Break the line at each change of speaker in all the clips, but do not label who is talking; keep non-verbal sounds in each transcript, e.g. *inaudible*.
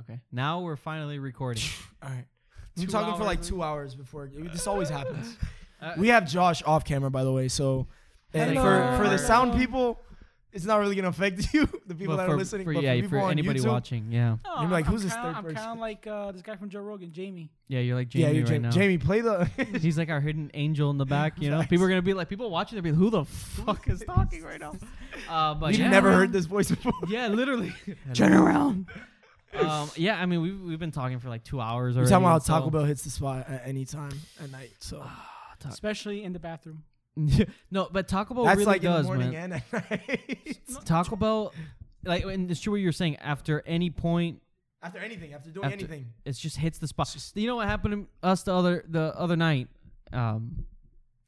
Okay. Now we're finally recording.
All right. We've
Two
been talking for like
hours.
two hours before. This always happens.
*laughs* Uh,
We have Josh off camera, by the way. So, and
Hello.
for, for the sound
Hello.
people, it's not really going to affect *laughs* you, the *laughs* people
but
that
for,
are listening.
for-
but
yeah,
for, people
for
on
anybody
YouTube,
watching, yeah,
No,
You'd be like,
Oh, I'm-
who's
I'm
this
kinda-
third
I'm kind
person?
of like uh, this guy from Joe Rogan, Jamie.
yeah, you're like
yeah,
Jamie
you
right
Jamie,
now.
Jamie, play the. *laughs*
*laughs* He's like our hidden angel in the back, you know. People are gonna be like, people watching, they're be like, "Who the fuck
*laughs*
is talking right now?" Uh, but
You've
yeah.
never heard this voice before.
*laughs* Yeah,
*laughs*
literally.
Turn around.
*laughs* um, yeah, I mean, we've we've been talking for like two hours
We're
already.
talking about how
so-
Taco Bell hits the spot at any time at night. So Uh,
Especially in the bathroom.
*laughs* no, but Taco Bell
that's
Oh, really
like in the
does,
morning
man.
and at *laughs* night.
Taco Bell, like, and it's true what you're saying. After any point,
after anything, after doing
After-
anything.
it just hits the spot. you know what happened to us the other the other night, um,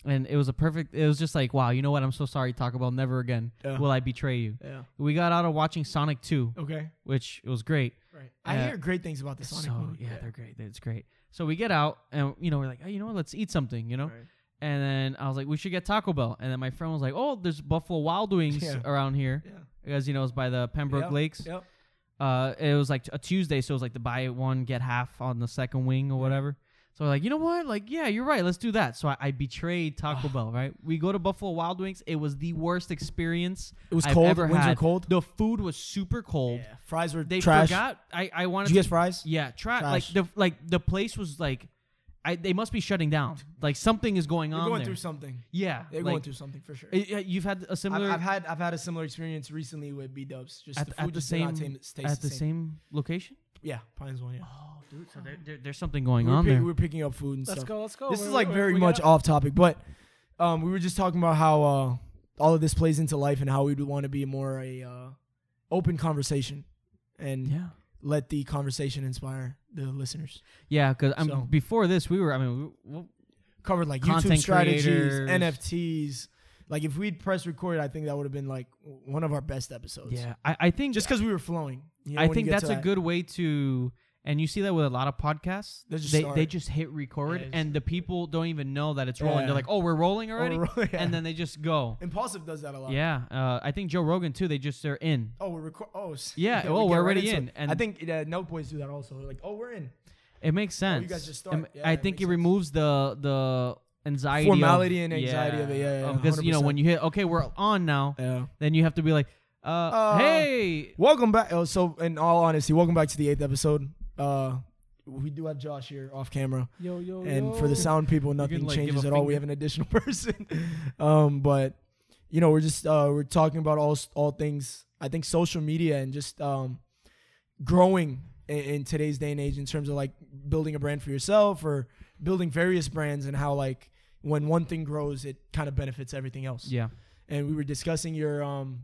and it was a perfect. It was just like, wow, you know what? I'm so sorry, Taco Bell. Never again
Yeah.
will I betray you.
Yeah.
We got out of watching Sonic Two,
Okay.
which was great.
Right. I
Yeah.
hear great things about the
So
Sonic movie.
yeah, they're great. It's great. So we get out, and you know, we're like, oh, you know what? Let's eat something. You know.
Right.
And then I was like, we should get Taco Bell. And then my friend was like, oh, there's Buffalo Wild Wings
*laughs* Yeah.
around here.
Yeah.
Because, you know, it's by the Pembroke
Yep,
Lakes.
Yep.
Uh, it was like a Tuesday, so it was like the buy one, get half on the second wing or whatever. So we're like, you know what? Like, yeah, you're right. Let's do that. So I, I betrayed
*sighs*
Taco Bell, right? We go to Buffalo Wild Wings. It was the worst experience
It was
I've
cold.
ever
Wings were
had.
cold.
The food was super cold.
Fries were
They
trash.
forgot. I, I wanted
Did you
to
guys fries?
yeah, try
Trash.
like the like the place was like, I they must be shutting down. Like something is going
They're
on
going
there.
through something.
yeah,
They're
like,
going through something for sure.
Uh, yeah, you've had a
I've,
similar
I've had I've had a similar experience recently with B Dubs. Just
at,
the
at
food
the
just did
same
not tame- taste
at
the, same.
location.
Yeah, Pines one. Yeah.
Oh, dude, so there, there, there's something going
We were,
on
pick-
there.
we were picking up food and
Let's
stuff.
go. Let's go.
This
We-
is like
we-
very
we
much
gotta-
off topic, but um, we were just talking about how uh, all of this plays into life and how we would want to be more a uh, open conversation and
yeah,
let the conversation inspire the listeners.
yeah, because
So-
before this we were. I mean, we, we-
Covered like
Content
YouTube strategies,
creators.
NFTs. Like if we'd press record, I think that would have been like one of our best episodes.
yeah, I, I think
just because we were flowing. you know,
I
when you
think
get
that's
to
a
that.
good way to. And you see that with a lot of podcasts.
They just
they,
start.
they just hit record,
Yeah, just
and the people don't even know that it's rolling.
Yeah.
They're like, "Oh, we're rolling
Oh,
already,"
really? Yeah.
and then they just go.
*laughs* impulsive does that a lot.
Yeah, uh, I think Joe Rogan too. They just they're in.
Oh, we're record. Oh, s-
Yeah,
okay,
oh,
we
we're
get
already
into
in,
it.
and-
I think uh, no boys do that also. They're like, oh, we're in.
It makes sense.
Oh, you guys just
It m-
start. Yeah,
I
it
think
makes
it
sense.
removed the the anxiety, of-
Formality and anxiety of it, yeah, yeah,
of- because you know when you hit okay, we're on now,
Yeah.
then you have to be like, uh,
Uh,
hey,
Welcome back. Oh, so, in all honesty, welcome back to the eighth episode. Uh, we do have Josh here off camera,
Yo, yo,
and
yo.
for the sound people, nothing
like, give
changes
a
at all.
finger.
We have an additional *laughs* person, um, but you know, we're just uh, we're talking about all s- all things. I think social media and just um, growing in, in today's day and age in terms of like building a brand for yourself or building various brands and how like when one thing grows, it kind of benefits everything else
yeah,
and we were discussing your um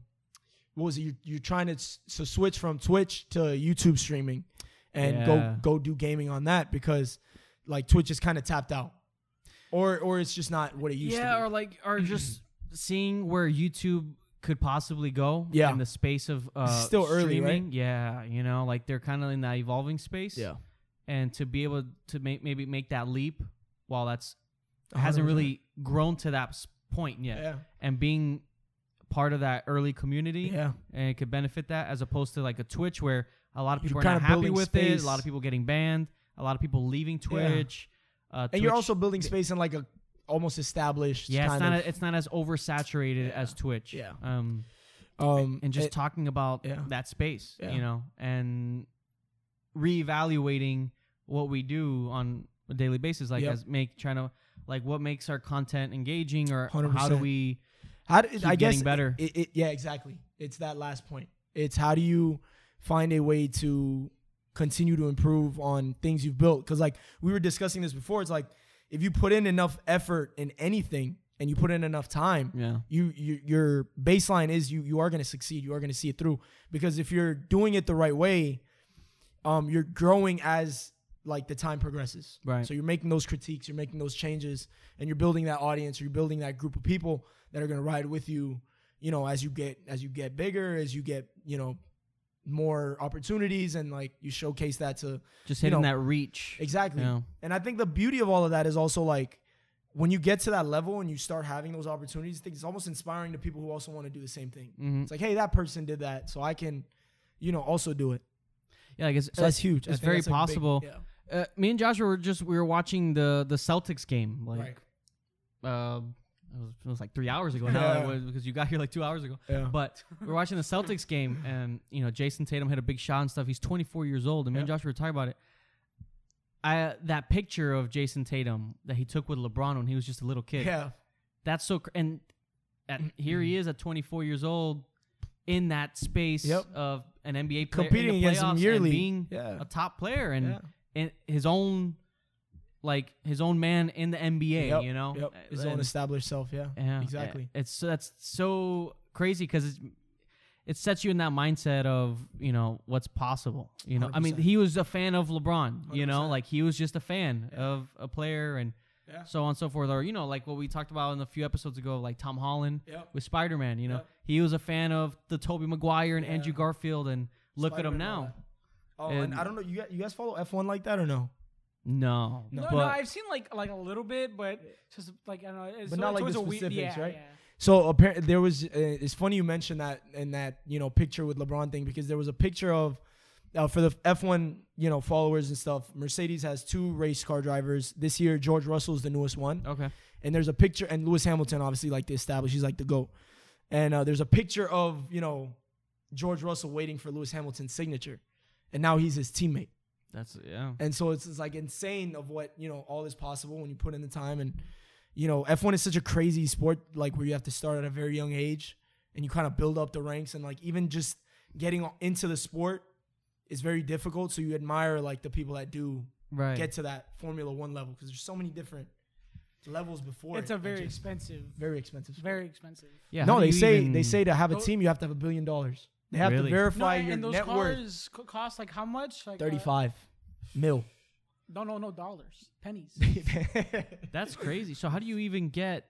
what was it you, you're trying to s- so switch from twitch to youtube streaming and
Yeah.
go go do gaming on that because like twitch is kind of tapped out or or it's just not what it used
yeah,
to
or like or just
*clears throat*
seeing where YouTube could possibly go
Yeah.
in the space of uh,
It's still early, right?
streaming. Yeah, you know, like they're kind of in that evolving space.
be yeah
and to be able to make maybe make that leap while that's hasn't really grown to that s- point yet.
yeah
and being part of that early community
yeah
and it could benefit that as opposed to like a Twitch where a lot of
You're
people are not
kinda
happy
building
with it,
space.
a lot of people getting banned, a lot of people leaving Twitch. Uh,
and you're also building space in like a almost established
yeah, it's
kind
not
of,
a, it's not as oversaturated as Twitch.
Yeah.
um,
um
and just
it-
talking about
yeah.
that space,
Yeah.
you know, and reevaluating what we do on a daily basis, like
Yep.
as make trying to like what makes our content engaging or how do
100%.
we
How do,
keep
I guess
getting better.
It, it, yeah, exactly. It's that last point. It's how do you find a way to continue to improve on things you've built? Because like we were discussing this before, it's like if you put in enough effort in anything and you put in enough time,
yeah
you, you your baseline is you you are going to succeed. You are going to see it through because if you're doing it the right way, um, you're growing as like the time progresses.
right
So you're making those critiques, you're making those changes, and you're building that audience, you're building that group of people that are gonna ride with you, you know, as you get as you get bigger, as you get, you know, more opportunities and like you showcase that to
just
you
hitting
know,
that reach.
exactly.
Yeah.
And I think the beauty of all of that is also like when you get to that level and you start having those opportunities, I think it's almost inspiring to people who also want to do the same thing.
Mhm.
It's like, hey, that person did that, so I can, you know, also do it.
Yeah, like it's,
So that's huge. I
it's
think
very
that's, like, big-
possible.
yeah.
uh, me and Joshua were just we were watching the the Celtics game like
Right.
uh, it was, it was like three hours ago now
Yeah.
it was, because you got here like two hours ago.
Yeah.
But we were watching the Celtics game and you know Jason Tatum had a big shot and stuff. He's 24 years old and me and Joshua were talking about it. I that picture of Jason Tatum that he took with LeBron when he was just a little kid.
yeah.
That's so cr- and at, here he is at 24 years old in that space
Yep.
of an NBA player in the
Competing against him
playoffs
yearly.
and being
yeah.
a top player and
Yeah.
and his own like his own man in the NBA,
Yep,
you know, Uh,
Yep. His
And-
own established self. Yeah.
yeah,
Exactly.
It's so- that's so crazy because it sets you in that mindset of you know what's possible. You know, I mean,
100%.
he was a fan of LeBron. You know,
100%.
like he was just a fan of a player and
Yeah.
so on and so forth. Or you know, like what we talked about in a few episodes ago, like Tom Holland
Yep.
with Spider Man. You know,
Yep.
he was a fan of the Tobey Maguire and
Yeah.
Andrew Garfield, and look at him
Spider-Man, all
now.
that. Oh, and,
And-
I don't know. You guys, you guys follow F1 like that or no?
No,
No,
but
no, I've seen like like a little bit, but just like I don't know. It's,
But not
it's
like
always
the
a weird-
specifics,
yeah,
right?
yeah.
So apparently there was. Uh, it's funny you mentioned that in that you know picture with LeBron thing because there was a picture of uh, for the F1 you know followers and stuff. Mercedes has two race car drivers this year. George Russell is the newest one,
okay,
and there's a picture. And Lewis Hamilton obviously like the established. He's like the goat. And uh, there's a picture of you know George Russell waiting for Lewis Hamilton's signature, and now he's his teammate.
that's yeah.
And so it's, it's like insane of what, you know, all is possible when you put in the time. And, you know, F1 is such a crazy sport, like where you have to start at a very young age and you kind of build up the ranks. And like even just getting into the sport is very difficult. So you admire like the people that do
Right.
get to that Formula One level because there's so many different levels before.
It's
it
a
that
very
just-
expensive,
very expensive. sport.
very expensive.
yeah. how
no,
do
they
you
say
even-
they say to have a
Tho-
team you have to have a billion dollars. They have
Really?
to verify
no,
your
and those
net worth.
cars co- cost like how much? Like uh,
Thirty-five mil. *laughs*
no, no, no dollars, pennies.
Thirty-five
That's crazy. So how do you even get?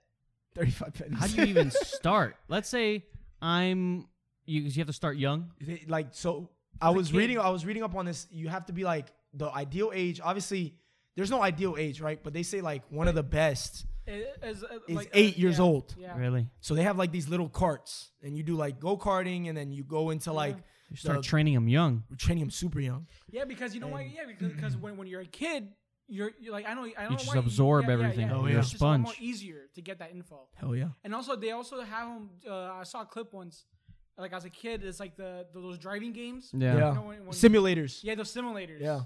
pennies.
How do you even start? *laughs* Let's say I'm you. 'cause you have to start young.
They- like so i
a
was
kid.
reading i was reading up on this you have to be like the ideal age obviously there's no ideal age right but they say like one of the best
It- it's, uh,
is
like, uh,
eight years
yeah,
old
Yeah.
Really,
so they have like these little carts and you do like go-karting and then you go into like
you start
the-
training them young.
we're training them super young
Yeah, because you know why?
And-
Yeah, because, because when, when you're a kid, you're, you're like I know I don't know
just
why
absorb everything.
Oh,
It's
yeah.
just a lot more
sponge.
easier to get that info.
hell yeah
And also, they also have them. Uh, I saw a clip once, like as a kid, it's like the those driving games.
Yeah.
Yeah.
You know, when- when-
simulators
yeah, those simulators.
Yeah.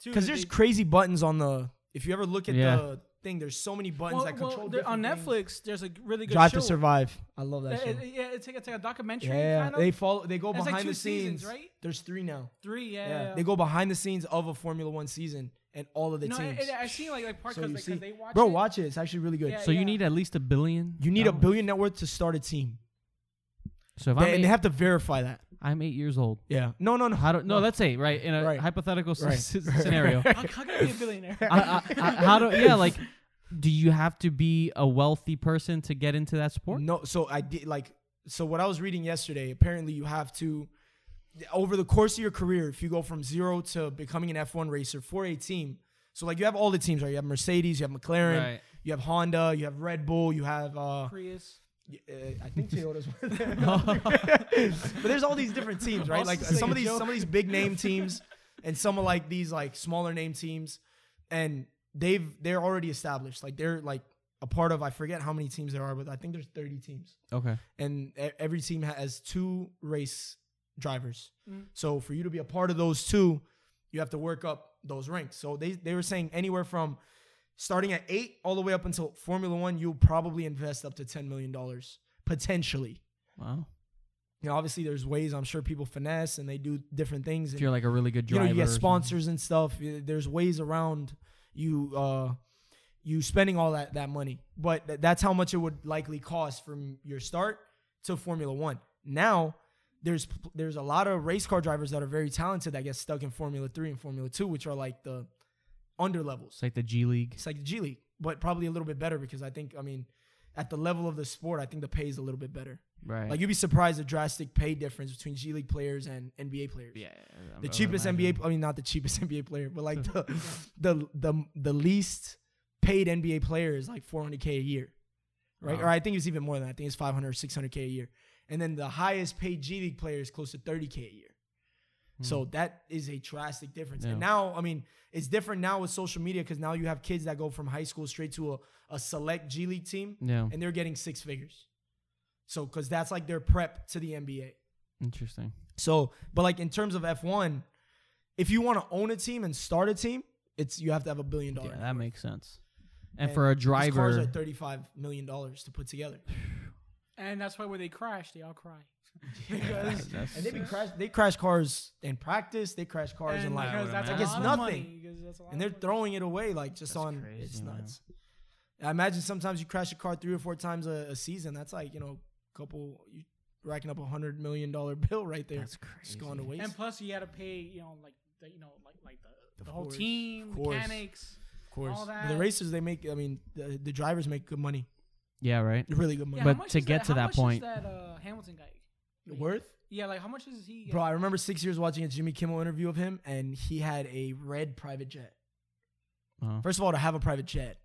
Too,
because
that
there's
they-
crazy buttons on the if you ever look at
Yeah.
the thing there's so many buttons
well,
that
well,
control
there- on
different things.
Netflix. There's a really good
drive
show.
to survive i love that
Uh,
show
it- yeah, it's like, it's like a documentary.
yeah
kind of.
they follow they go
It's like
behind
two
the scenes
seasons, right?
there's three now
Three. Yeah.
Yeah.
yeah.
They go behind the scenes of a Formula One season and all of the
no,
teams.
and- and I've seen like like parts
So
because
you see-
they watch.
Bro,
it.
watch it. It's actually really good.
Yeah,
So you need at least a billion.
You need a
dollars.
billion net worth to start a team.
So if
They-
I'm
and they
eight,
have to verify that.
I'm eight years old.
Yeah. No, no, no.
How do no? Let's say right in a
Right.
hypothetical s-
Right. *laughs*
s- scenario.
How, how can I be a billionaire?
I, I, I, how do yeah like? Do you have to be a wealthy person to get into that sport?
No, so I did like so what I was reading yesterday, apparently you have to over the course of your career, if you go from zero to becoming an F1 racer for a team, so like you have all the teams, right? You have Mercedes, you have McLaren,
Right.
you have Honda, you have Red Bull, you have uh,
Prius.
Y- uh, I think Toyota's one of
*laughs*
them. but there's all these different teams, right?
Also
Like
saying
some of
a
these
joke.
some of these big name teams, and some of like these like smaller name teams, and they've they're already established. Like they're like a part of I forget how many teams there are, but I think there's 30 teams,
Okay.
and e- every team has two race drivers.
Mm.
So for you to be a part of those two, you have to work up those ranks. So they they were saying anywhere from starting at eight all the way up until Formula One, you'll probably invest up to ten million dollars potentially.
Wow.
You know, obviously there's ways I'm sure people finesse and they do different things.
If
And,
you're like a really good
you
driver,
know, you
or
get
something.
sponsors and stuff. Y- There's ways around you uh you spending all that that money. But th- that's how much it would likely cost from your start to Formula One. Now there's p- there's a lot of race car drivers that are very talented that get stuck in Formula Three and Formula Two, which are like the under levels.
It's like the G League.
It's like the G League, but probably a little bit better because I think, I mean, at the level of the sport, I think the pay is a little bit better.
Right.
Like you'd be surprised the drastic pay difference between G League players and NBA players.
yeah. I
The
would
cheapest
imagine.
NBA, I mean, not the cheapest *laughs* NBA player, but
*laughs*
like the the the the least paid NBA player is like 400k a year, right?
Wow.
Or I think it's even more than that. I think it's 500 or 600k a year, and then the highest paid G League player is close to 30k a year. So that is a drastic difference.
Hmm. Yeah.
And now, I mean, it's different now with social media because now you have kids that go from high school straight to a, a select G League team
Yeah.
and they're getting six figures. So, because that's like their prep to the NBA.
Interesting.
So, but like in terms of F1, if you want to own a team and start a team, it's you have to have a billion dollars.
Yeah, that makes sense. And, for a driver,
cars are
*laughs*
thirty-five million dollars to put together.
And that's why when they crash, they all cry.
Because-
that's-
and they be crash, they crash cars in practice. They crash cars in
And
like,
because that's a
Like,
it's
lot of
nothing.
money, because that's a lot
and
of
they're
money.
throwing it away like just
That's
on.
crazy,
it's
man.
nuts. I imagine sometimes you crash a car three or four times a, a season. That's like you know, a couple you racking up a hundred million dollar bill right there.
that's crazy.
It's going to waste.
And plus, you got to pay, you know, like the, you know, like like the,
Of
the whole
course,
team,
of course.
mechanics.
of course,
all
the
that.
racers they make. I mean, the, the drivers make good money.
Yeah, right.
Really good money.
Yeah,
But
how much
to
is
get to
how
that
much is
point-
that uh, Hamilton guy.
Worth.
Yeah, like how much is he?
Bro, I remember six years watching a Jimmy Kimmel interview of him, and he had a red private jet.
Uh-huh.
First of all, to have a private jet,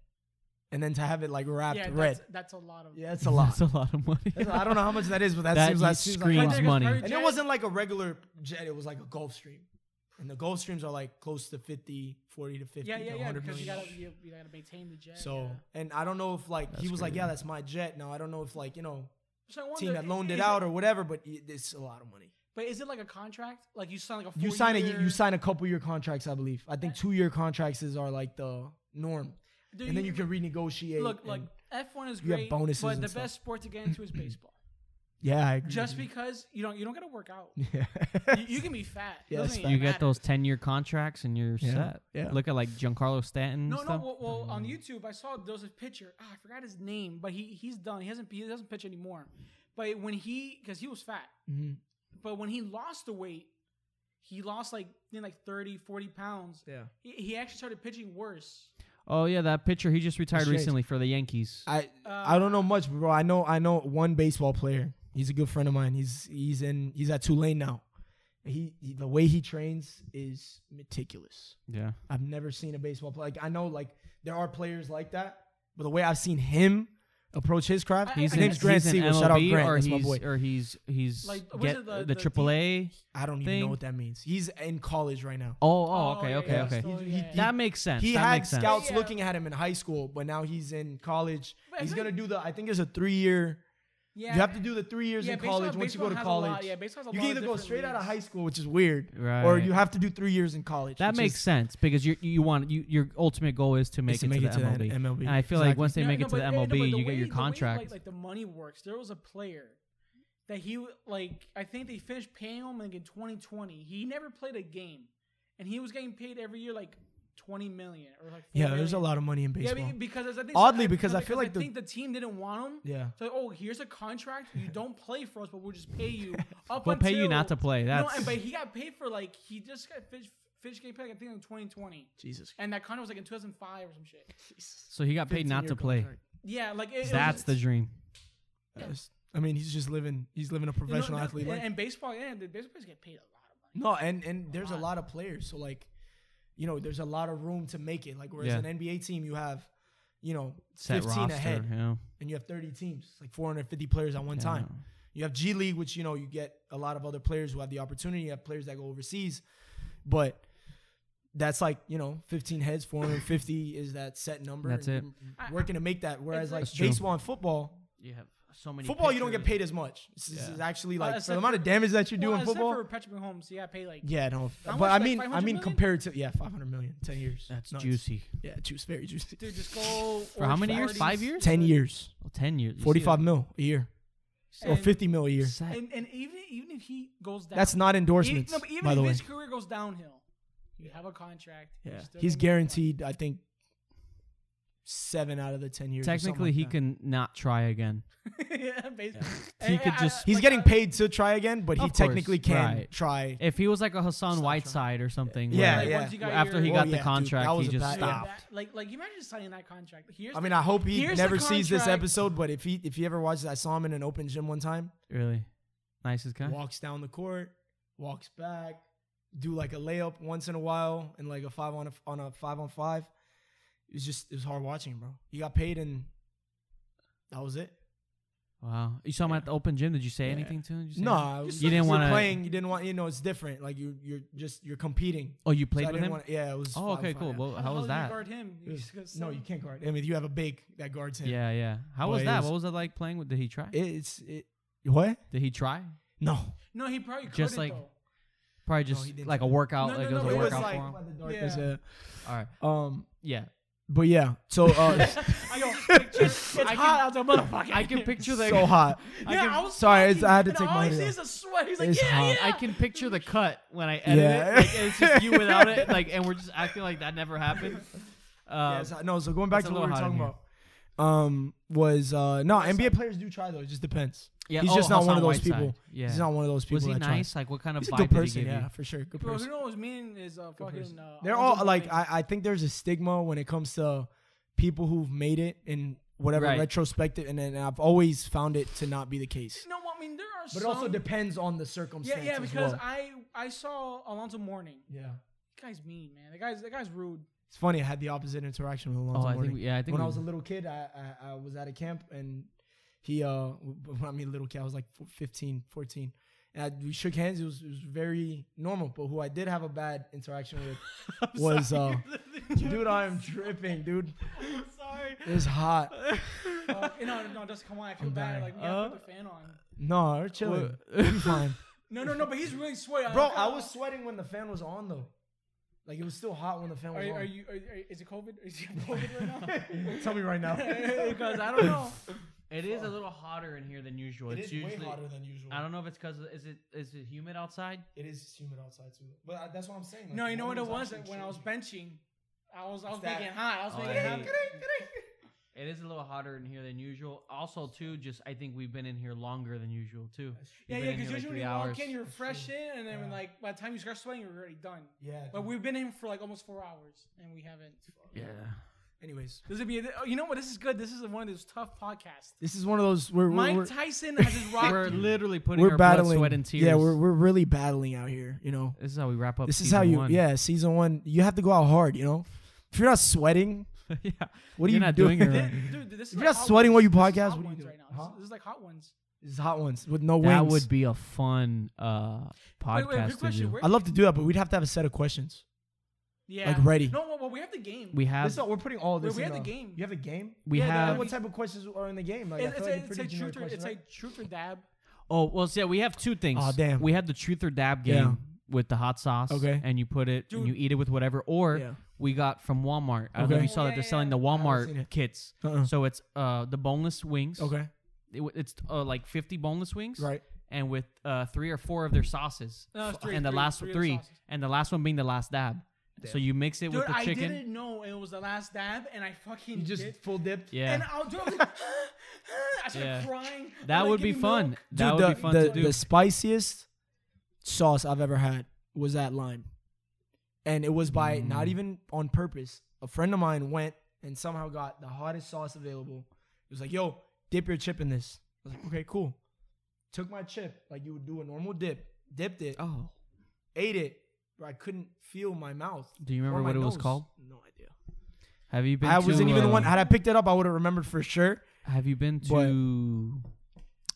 and then to have it like wrapped
yeah,
red.
That's, that's a lot of.
Yeah, that's a lot.
*laughs* That's a lot of money.
That's-
*laughs*
I don't know how much that is, but that,
That
seems
you
like seems like a
scream.
lot.
Like,
Means
it's
money.
private
And
jet,
it wasn't like a regular jet; it was like a Gulfstream, and the Gulfstreams are like close to 50, 40 to fifty
Yeah,
to
yeah, yeah.
100
Because you
million
gotta
dollars.
you, you gotta maintain the jet.
So,
yeah.
and I don't know if like he
That's
was like,
crazy.
"Yeah, that's my jet." Now I don't know if like you know
So I wonder,
team that loaned
is
it out or whatever, but it- it's a lot of money.
But is it like a contract? Like you sign like a four
You sign a
year,
you sign a couple year contracts, I believe. I think two year contracts is are like the norm,
Dude,
and then you can renegotiate.
look like
and-
F one is
you have
great.
bonuses
but
and
the
stuff.
best sport to get into is
*clears throat*
baseball.
yeah, I agree. *laughs*
Just because you don't you don't gotta work out.
yeah,
You, you can be fat. It
Yes,
doesn't
fat.
even
you get
matter.
those ten-year contracts and you're
Yeah,
set.
yeah.
Look at like Giancarlo Stanton.
No,
and
no.
stuff.
Well, well, on
Mm.
YouTube, I saw there was a pitcher. Ah, I forgot his name, but he he's done. He hasn't he doesn't pitch anymore. But when he because he was fat,
Mhm.
but when he lost the weight, he lost like in like 30, 40 pounds.
yeah.
He, he actually started pitching worse.
Oh yeah, that pitcher. He just retired
Strange.
recently for the Yankees.
I
Uh,
I don't know much, bro. I know I know one baseball player. He's a good friend of mine. He's he's in he's at Tulane now. He, he the way he trains is meticulous.
yeah.
I've never seen a baseball player. Like I know like there are players like that, but the way I've seen him approach his craft,
I-
He's
his
in,
name's Grant
he's in
Siegel. Shout out
MLB,
Grant,
or
that's my
he's
boy.
or he's he's
Like, was
get
it the-
the
the
triple A.
I don't even know
thing.
what that means. He's in college right now.
Oh, oh, okay,
yeah,
okay,
yeah,
okay.
so,
He- he-
yeah.
That makes sense.
He
that
had
makes sense.
scouts
Yeah.
looking at him in high school, but now he's in college.
But I
he's
feel
gonna do the. I think there's a three year.
yeah,
You have to do the three years
yeah,
in
baseball-
college. Once you go
baseball
to
has a
college,
lot- yeah, baseball has a
you
lot
can
of
either go
different
straight out of
leagues.
high school, which is weird,
Right.
or you have to do three years in college.
That
which
makes
is-
sense because you you want you, your ultimate goal is to make
is
it to, the, MLB.
that MLB.
And I feel like
Exactly.
once they
No,
make
no,
it to
but-
the
yeah, no,
MLB,
but
you
way-
get
the
your
way,
contract.
like, like the money works. There was a player that he w- like I think they finished paying him like in 2020. He never played a game, and he was getting paid every year like 20 million or like. 4
yeah, there's a
million.
lot of money in
Yeah,
baseball.
be- because I think
Oddly, because I feel like
I
the-
think the team didn't want him.
yeah.
So oh, here's a contract. You don't play for us, but we'll just pay you
*laughs*
up
We'll pay you not to
until-
play. That's
No, and, but he got paid for like he just got fish fish getting paid like, I think in 2020,
Jesus.
and that contract was like in 2005 or some shit.
so he got paid not to play.
Yeah, like it,
That's
it was,
the dream.
I mean, he's just living. He's living a
You know,
professional
no,
athlete
and,
life.
and baseball, yeah, the baseball players get paid a lot of money.
No, and and there's a
lot.
lot of players. So like, you know, there's a lot of room to make it. Like, whereas
Yeah.
an NBA team, you have, you know,
Set
15
roster.
ahead,
Yeah.
and you have 30 teams, like 450 players at one time. You have G League, which you know you get a lot of other players who have the opportunity. You have players that go overseas, but that's like you know 15 heads, 450 is that set number.
That's
and
it.
you're Working to make that. Whereas like
That's
true.
baseball and football,
You have so many.
football you don't get paid as much. This is- this
Yeah.
is actually
Well,
like for
except
the amount of
for-
damage that you do
Well,
in
except
football.
for Patrick Mahomes, he got paid like
yeah, no,
How
but
much,
I
like,
mean, I
500
mean
million?
compared to yeah, 500 million, 10 years.
That's
Nuts.
juicy.
Yeah, juice, very
*laughs*
juicy.
dude, just go
For how
old
many years?
40s.
Five years?
10 years,
Oh, 10 years. You see
45 mil a year, or
And-
50 mil a year.
that? Set.
And, and even even if he goes down,
That's not
even,
endorsements,
no, but even
by
if
the way.
his career goes downhill, you have a contract. you're
Yeah,
still
he's
gonna make money.
guaranteed. I think seven out of the ten years. or something
Technically,
like
he
that.
can not try again.
*laughs* yeah, basically.
He
And
could
I-
just-
He's
like,
getting
I-
paid to try again, but he
Of course,
technically can
right.
try.
If he was like a Hassan
Stop
Whiteside or something,
Yeah,
where
yeah.
once you got
after
your-
he
Oh,
got
yeah,
the
dude,
contract,
that was
he
a
just
bad-
Dude, that-
stopped.
like, like, imagine signing that contract. Here's
I mean, I hope he
Here's the
never sees this
contract.
episode. But if he if he ever watches, I saw him in an open gym one time.
really nice as kind.
Walks down the court, walks back, do like a layup once in a while, and like a five on a on a five on five. It was just it was hard watching, bro. He got paid and that was it.
Wow. You saw him
Yeah.
at the open gym. Did you say
Yeah.
anything to him? Did you say
No,
anything?
I was-
You didn't
you're
wanna-
playing. You didn't want. You know, it's different. Like you, you're just you're competing.
Oh, you
So
played
I
with
didn't
him?
wanna- yeah, it was. I
oh,
was
okay,
fine
cool.
out.
Well,
the
how
hell
was
do you
that?
guard him? You
It was-
just gotta
no,
sell
you
him.
can't guard. I mean, you have a big that guards him.
Yeah, yeah. How
But
was
it
that?
was-
What was that like playing with? Did he try?
It's it. What?
Did he try?
No.
No, he probably
Just
couldn't
like-
though.
Probably
No,
just
he didn't
like a
try.
workout.
No,
like
no,
it was
no,
a
it was
workout
like-
for him.
*laughs* by the
darkness,
Yeah.
All right.
Um.
Yeah.
But yeah. So
*laughs*
uh,
I can picture it's
I can-
hot out the motherfucker.
I can picture the.
so hot.
*laughs* I
yeah,
can-
I was
sorry, it's-
talking,
I had to
and
take my
all I
hoodie
see
off.
is a sweat. He's like,
It's
yeah,
hot.
yeah.
I can picture the cut when I edit
Yeah.
it. Like, it's just you without it. Like, and we're
*laughs*
just acting like that never happened.
Yeah,
Uh,
it's hot. no. So going back
it's
to
a
what we were
little hot in
talking
here.
about. Um. Was uh. No.
That's
NBA players do try though. It just depends.
yeah,
He's
oh,
just not one
Hassan
of those
Whiteside.
people.
Yeah.
He's not one of those people.
was he
that tries.
nice? Like, what kind of
He's a
vibe
good
did he
person.
give you?
Yeah, for sure. Good
Bro,
person.
who knows? Me and is uh, fucking.
person.
Uh,
They're
Alonzo
all like
Mourning.
I, I think there's a stigma when it comes to people who've made it in whatever
Right.
retrospective, and then I've always found it to not be the case.
No, I mean there are.
But
some,
it also depends on the
Yeah,
circumstance.
yeah, because
well.
I I saw Alonzo Mourning.
yeah,
That guy's mean, man. That guy's that guy's rude.
it's funny. I had the opposite interaction with
Oh,
Alonzo
I
Mourning.
think. Yeah, I think.
when I
we-
was a little kid, I, I I was at a camp and he uh *laughs* when I mean little kid, I was like f- 15, 14. and I, we shook hands. It was it was very normal. But who I did have a bad interaction
*laughs*
with was uh dude. I am dripping, dude.
I'm sorry.
It was hot.
Uh, no, no, just come on. I feel
I'm
bad.
dying.
Like we gotta
Uh,
put the fan on.
No, we're chilling. We'll be
*laughs*
fine.
No, no, no. But he's really sweaty.
Bro, I was sweating when the fan was on though. Like it was still hot when the fan
*laughs* Are
was
you?
on.
Are you? Are, are, is it COVID? Is it COVID right now?
Tell me *laughs* right now.
*laughs* Because I don't
*laughs*
know.
It is a little hotter in here than usual. it's usually.
than usual.
Mm-hmm.
I don't know if it's because is it is it humid outside?
It is humid outside too. But I, that's what I'm saying. like,
No, you know what it
mornings
was?
actually
When I was
chilly.
benching, I was I was
It's that-
making hot. I was
Oh,
making
yeah.
hot.
It is a little hotter in here than usual. Also, too, just I think we've been in here longer than usual too.
Yeah,
We've
yeah,
been in here,
because
like,
usually when
three
you
hours.
walk in, you're fresh in, and then
Yeah.
like by the time you start sweating, you're already done.
Yeah.
But we've been in for like almost four hours, and we haven't.
Yeah.
Anyways,
This would be. A, oh, you know what? This is good. This is one of those tough podcasts.
this is one of those we're we're,
Mike
we're,
Tyson
*laughs*
has his rock.
We're literally putting
we're
our
battling.
blood, sweat, and tears.
Yeah, we're we're really battling out here. You know.
This is how we wrap up.
This is
season
how you.
one.
Yeah, season one. You have to go out hard. You know. If you're not sweating,
*laughs* yeah.
what are
You're
you
not
doing?
doing it
*laughs*
Thi-
right.
dude, this is
If
like
you're not
hot
sweating
ones.
while you
This is
podcast,
hot
what are you
ones
doing?
Right now. This,
Huh?
is, this is like hot ones.
This is hot ones with no wings.
That would be a fun uh,
Wait,
podcast
wait, good
to
question.
do.
Where,
I'd love to do that, but we'd have to have a set of questions.
yeah.
like, ready.
No, well, well, we have the game.
We have
This is- we're putting all
Wait,
this.
we
in
had the
a-
game.
You have a game.
we
Yeah, no,
have
we-
what type of questions are in the game? Like, I
It- it's
feel
a,
like
it's a truth or it's a truth or dab.
Oh well, so yeah, we have two things.
Aw, damn.
We had the truth or dab game
Yeah.
with the hot sauce.
Okay.
and you put it
Dude.
and you eat it with whatever. Or
Yeah.
we got from Walmart. I don't know if
Okay.
you saw that
Yeah,
they're
yeah,
selling the
yeah.
haven't seen
Walmart
it.
kits.
Uh-uh.
So it's uh the boneless wings.
okay,
It w- it's uh, like fifty boneless wings.
right.
And with uh three or four of their sauces.
No, it's three,
and the
three,
last
three
three,
of the sauces.
and the last one being the last dab. So you mix it
Dude,
with the
I
chicken.
didn't know it was the last dab, and I fucking
You just
did.
full dipped.
Yeah.
And I'll do. I was like, *laughs* I started
Yeah.
crying.
that
I'm, like,
would be
giving
fun.
milk.
That
the,
would be fun
the,
to do.
The spiciest sauce I've ever had was that lime, and it was by not
Mm.
even on purpose. A friend of mine went and somehow got the hottest sauce available. It was like, "Yo, dip your chip in this." I was like, "Okay, cool." Took my chip like you would do a normal dip, dipped it,
oh,
ate it, but I couldn't feel my mouth.
do you
or
remember
my
what it was
nose.
called?
No idea.
Have you been?
I
to,
wasn't even the
uh,
one. Had I picked it up, I would have remembered for sure.
Have you been
But-
to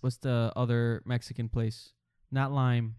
what's the other Mexican place? Not Lime.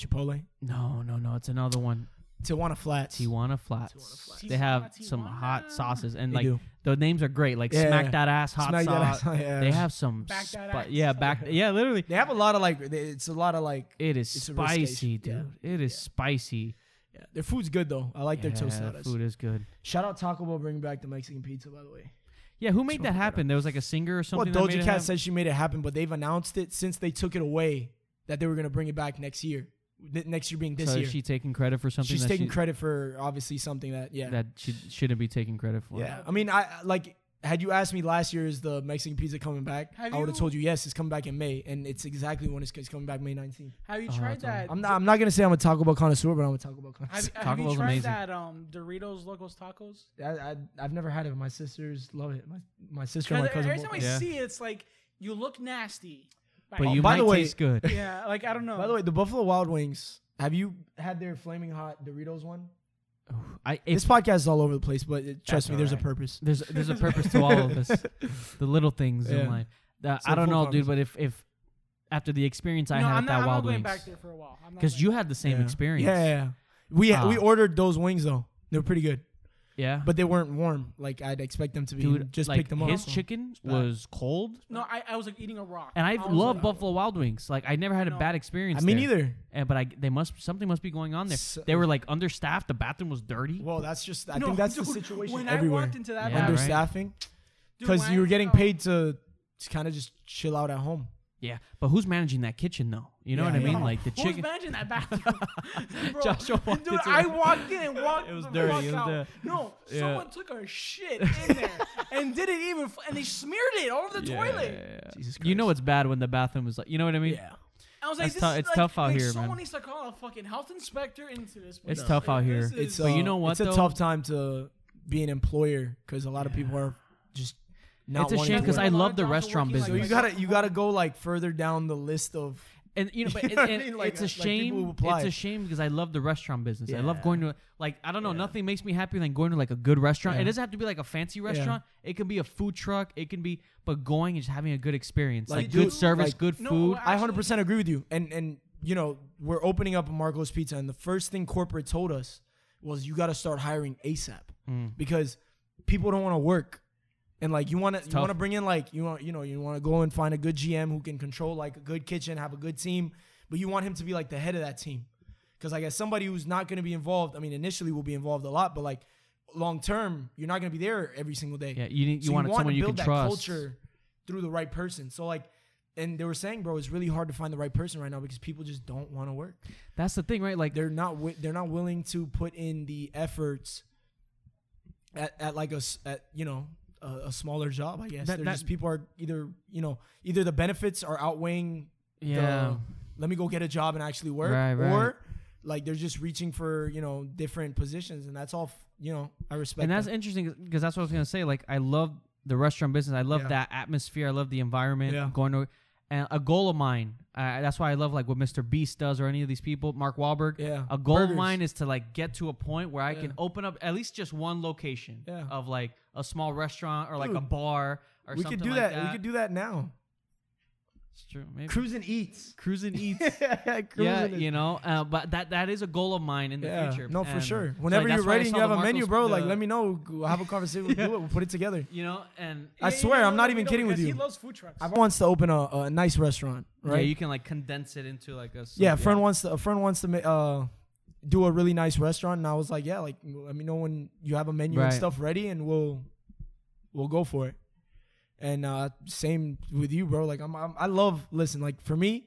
Chipotle,
No, no, no. It's another one.
Tijuana Flats.
Tijuana Flats.
Tijuana Flats.
They have
Tijuana,
some hot
Tijuana.
sauces and
They
like
do.
the names are great. Like
Yeah,
Smack
yeah.
That Ass Hot
Smack that
Sauce.
ass. Yeah.
They have some.
Back that
spi-
ass.
yeah, back. Yeah, literally.
They have a lot of like. they- It's a lot of like.
It is
It's a real
spicy,
station. Yeah,
dude. It is
yeah.
spicy.
Yeah, their food's good though. I like
Yeah,
their tostadas.
food is good.
Shout out Taco Bell bringing back the Mexican pizza. By the way,
Yeah, who made
Smoke
that
it up.
happen? There was like a singer or something.
well,
that made
Doja
it
Cat
happen?
said she made it happen, but they've announced it since they took it away that they were gonna bring it back next year. Th- next year being this
so
year.
is she taking credit for something?
She's
that
taking
she,
credit for obviously something that yeah
that she shouldn't be taking credit for.
yeah. I mean, I I- like. Had you asked me last year is the Mexican pizza coming back,
Have
I would have
you-
told you yes, it's coming back in May, and it's exactly when it's, it's coming back May 19th.
Have you
Oh,
tried
that's all right.
that?
I'm not. I'm not gonna say I'm a Taco Bell connoisseur, but I'm a Taco Bell
Have,
connoisseur.
have
Taco
you
Bell's
tried
amazing.
that um, Doritos Locos Tacos?
I, I, I've never had it. My sisters love it. My my sister and my
Because
cousin.
every
both
time I
Yeah.
see it, it's like you look nasty. oh,
but you
Oh, by
might
the way-
taste
*laughs*
good.
*laughs* yeah, like I don't know.
By the way, the Buffalo Wild Wings. Have you had their flaming hot Doritos one?
I it's,
this podcast is all over the place, but it, trust me, there's a
alright.
*laughs* purpose.
there's there's a purpose to all of this, the little things
Yeah.
in life. Uh,
So
I don't
full
know, dude,
compensation.
but if if after the experience I
no,
had
I'm
at
not,
that
I'm not
Wild
going
Wings,
back there for a while. I'm not
because
going
you
back.
had the same
Yeah.
experience.
Yeah, yeah, yeah. we ha- we
Ah.
ordered those wings though. They were pretty good,
yeah.
but they weren't warm. Like I'd expect them to be.
dude,
just
like
pick them up.
his
so.
chicken
bad.
was cold,
no, I, I was like eating a rock.
and I,
was
love
like-
Buffalo Wild Wings. Like I never had a
No.
bad experience.
I mean,
there.
either.
And, but I they must something must be going on there.
So-
they were like understaffed. The bathroom was dirty.
Well, that's just. I
No,
think that's
dude,
the situation
when
everywhere.
I walked into that
Yeah,
bathroom-
right.
Understaffing,
dude,
because
when
you
I-
were getting
oh,
paid to, kind of just chill out at home.
yeah, but who's managing that kitchen though? You know
Yeah,
what I
yeah.
mean? Like the
Who's
chicken. *laughs*
managing that bathroom? *laughs* Bro,
Joshua walked
dude,
into
I
the-
walked in and walked.
It was
the
dirty,
fuck
it was
out.
dirty.
No,
Yeah.
someone took a shit
*laughs*
in there and didn't even, f- and they smeared it all over the
Yeah,
toilet.
yeah, yeah.
Jesus
You know
Christ.
it's bad when the bathroom is like. You know what I mean?
Yeah.
I was like,
That's
this
tou-
is
it's
like,
tough out
like,
here,
someone
man.
needs to call oh, a fucking health inspector into this.
It's
place.
tough out
Like,
here.
this
It's
is-
But
uh,
you know what,
It's a
though?
tough time to be an employer because a lot of people are just not.
It's a
wanting
shame
to
because
work.
I
A lot
love
of
the
jobs are
restaurant
working like
business.
So you gotta you gotta go like further down the list of
And you know, but
*laughs* You
it,
know what I
and
mean? Like,
it's
uh,
a
like people who
shame.
apply.
it's a shame because I love the restaurant business. I love
Yeah.
going to like I don't know.
Yeah.
Nothing makes me happier than going to like a good restaurant. It
Yeah.
doesn't have to be like a fancy restaurant. It can be a food truck. It can be, but going and just having a good experience,
Like,
like, good
dude,
service,
like-
good
No,
food.
I hundred percent agree with you. And and you know we're opening up a Marco's Pizza, and the first thing corporate told us was you got to start hiring ASAP
Mm.
because people don't want to work, and like you want to you
tough.
want to bring in like you want you know you want to go and find a good GM who can control like a good kitchen, have a good team, but you want him to be like the head of that team because like as somebody who's not going to be involved, I mean initially will be involved a lot, but like long term you're not going to be there every single day.
Yeah, you need, you
So
want someone
to
you
build
can
that
trust.
culture through the right person. So like, and they were saying, bro, it's really hard to find the right person right now because people just don't want to work.
That's the thing, right? Like
They're not wi- they're not willing to put in the efforts at, at like a s- at you know a, a smaller job. I guess
That-
they're
that-
just people are either you know either the benefits are outweighing
yeah,
the, let me go get a job and actually work
Right, right.
or like they're just reaching for you know different positions and that's all f- you know I respect
and that's
that.
interesting because that's what I was gonna say. Like I love the restaurant business. I love
Yeah.
that atmosphere. I love the environment.
Yeah.
Going to and a goal of mine. Uh, that's why I love like what Mr. Beast does or any of these people. Mark Wahlberg.
yeah
A goal of
Burgers.
mine is to like get to a point where I
Yeah.
can open up at least just one location
Yeah.
of like a small restaurant or like a
Dude,
bar or
we
something
could do
like that.
that we could do that now
It's true. Maybe.
Cruising eats. *laughs*
Cruising eats. yeah,
yeah,
you know, uh, but that that is a goal of mine in the
Yeah,
future.
no, for
And so,
sure.
like,
Whenever
that's
you're
why I
ready and
saw
you have
the
a menu,
Marcos-
bro, like
the-
let me know. We'll have a conversation. We'll do it. We'll put it together.
You know, and
I
Yeah, yeah,
swear,
no,
I'm
no,
not
we
even
don't,
kidding with
because
you.
He loves food trucks.
*laughs* I wants to open a, a nice restaurant, right?
Yeah,
Yeah,
you can like condense it into like a.
a friend wants to, a friend wants to ma- uh, do a really nice restaurant, and I was like, yeah, like let me know when you have a menu
Right.
and stuff ready, and we'll we'll go for it. And uh, same with you, bro. Like I'm, I'm, I love listen. Like for me,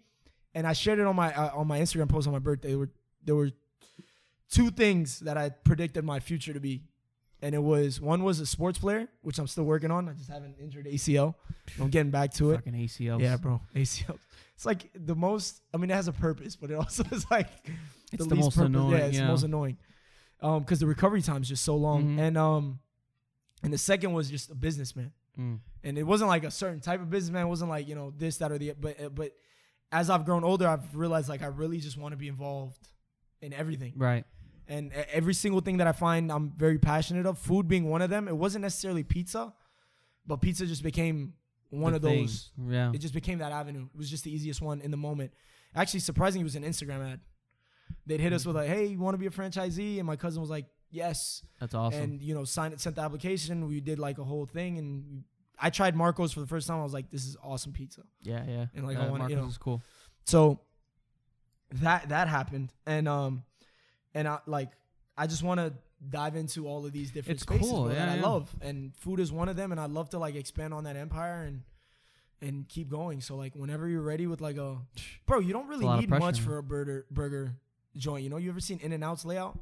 and I shared it on my uh, on my Instagram post on my birthday. There were there were two things that I predicted my future to be, and it was one was a sports player, which I'm still working on. I just haven't injured ACL. I'm getting back to it.
fucking ACLs.
Yeah, bro, *laughs* ACL. It's like the most. I mean, it has a purpose, but it *laughs* also is like
It's the most annoying,
Yeah, it's
yeah.
the most annoying. Um, because the recovery time is just so long,
Mhm.
and um, and the second was just a businessman
Mm.
and it wasn't like a certain type of businessman. It wasn't like you know this, that, or the. But uh, but as I've grown older, I've realized like I really just want to be involved in everything
Right.
and e- every single thing that I find I'm very passionate of. Food being one of them. It wasn't necessarily pizza, but pizza just became one
The
of
thing.
those.
Yeah.
It just became that avenue. It was just the easiest one in the moment. Actually, surprisingly, it was an Instagram ad. They'd hit us with like, "Hey, you want to be a franchisee?" And my cousin was like, "Yes."
That's awesome.
and you know signed it sent the application we did like a whole thing and i tried marcos for the first time i was like this is awesome pizza
yeah, yeah.
and, like,
uh,
I wanna,
Marcos
you know,
is cool.
so that that happened and um and i like i just want to dive into all of these
It's
different spaces
cool,
bro, that
yeah,
i
yeah.
love and food is one of them and i love to like expand on that empire and and keep going so like whenever you're ready with
*sighs*
like a bro you don't really
lot of
need
pressure,
much
man.
for a burger burger joint you know you ever seen in and out's layout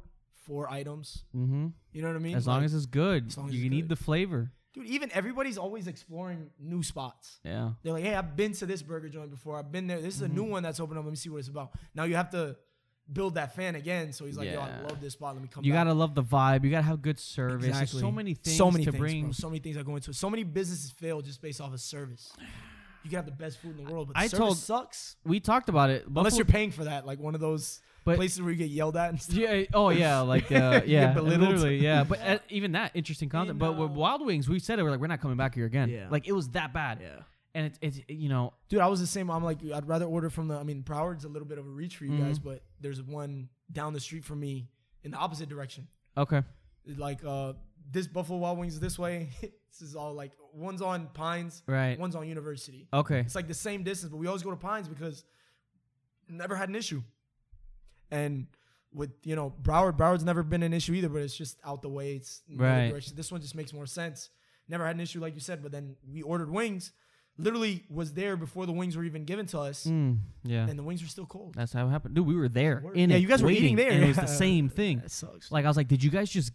four items
Mm-hmm.
you know what i mean
As
Like-
long as it's good,
as long as
you
it's
need
good.
the flavor.
dude even everybody's always exploring new spots
Yeah.
they're like hey i've been to this burger joint before i've been there this is a new one that's opened up let me see what it's about now you have to build that fan again so he's like yo i
Yeah.
love this spot let me come
You
back.
gotta love the vibe. You gotta have good service. There's
Exactly.
So many things.
so many
to
things
bring.
bro. so many things that go into it so many businesses fail just based off of service you can have the best food in the world but
I
service
told-
sucks
We talked about it.
unless
Buffalo-
you're paying for that like one of those
But-
places where you get yelled at and stuff.
Yeah. Oh,
*laughs*
yeah. Like, uh,
You
yeah.
get belittled.
Literally,
*laughs*
yeah. But uh, even that interesting concept.
In,
But with
uh,
Wild Wings, we said it. We're like, we're not coming back here again.
Yeah.
Like it was that bad. and it's it's you know
Dude, I was the same. I'm like, I'd rather order from the. I mean, Broward's a little bit of a reach for you guys,
Mhm.
but there's one down the street from me in the opposite direction.
okay
Like, uh, this Buffalo Wild Wings is this way. *laughs* this is all like one's on Pines,
right
one's on University.
okay
It's like the same distance, but we always go to Pines because never had an issue. And with you know Broward, Broward's never been an issue either, but it's just out the way. It's in the other
Right.
direction. This one just makes more sense. Never had an issue like you said, but then we ordered wings. Literally was there before the wings were even given to us,
Mm, yeah
and the wings were still cold.
that's how it happened dude we were there
Word.
in
Yeah,
it,
you guys were
waiting,
eating there.
and it was
*laughs*
the
Yeah.
same thing
That sucks.
like I was like did you guys just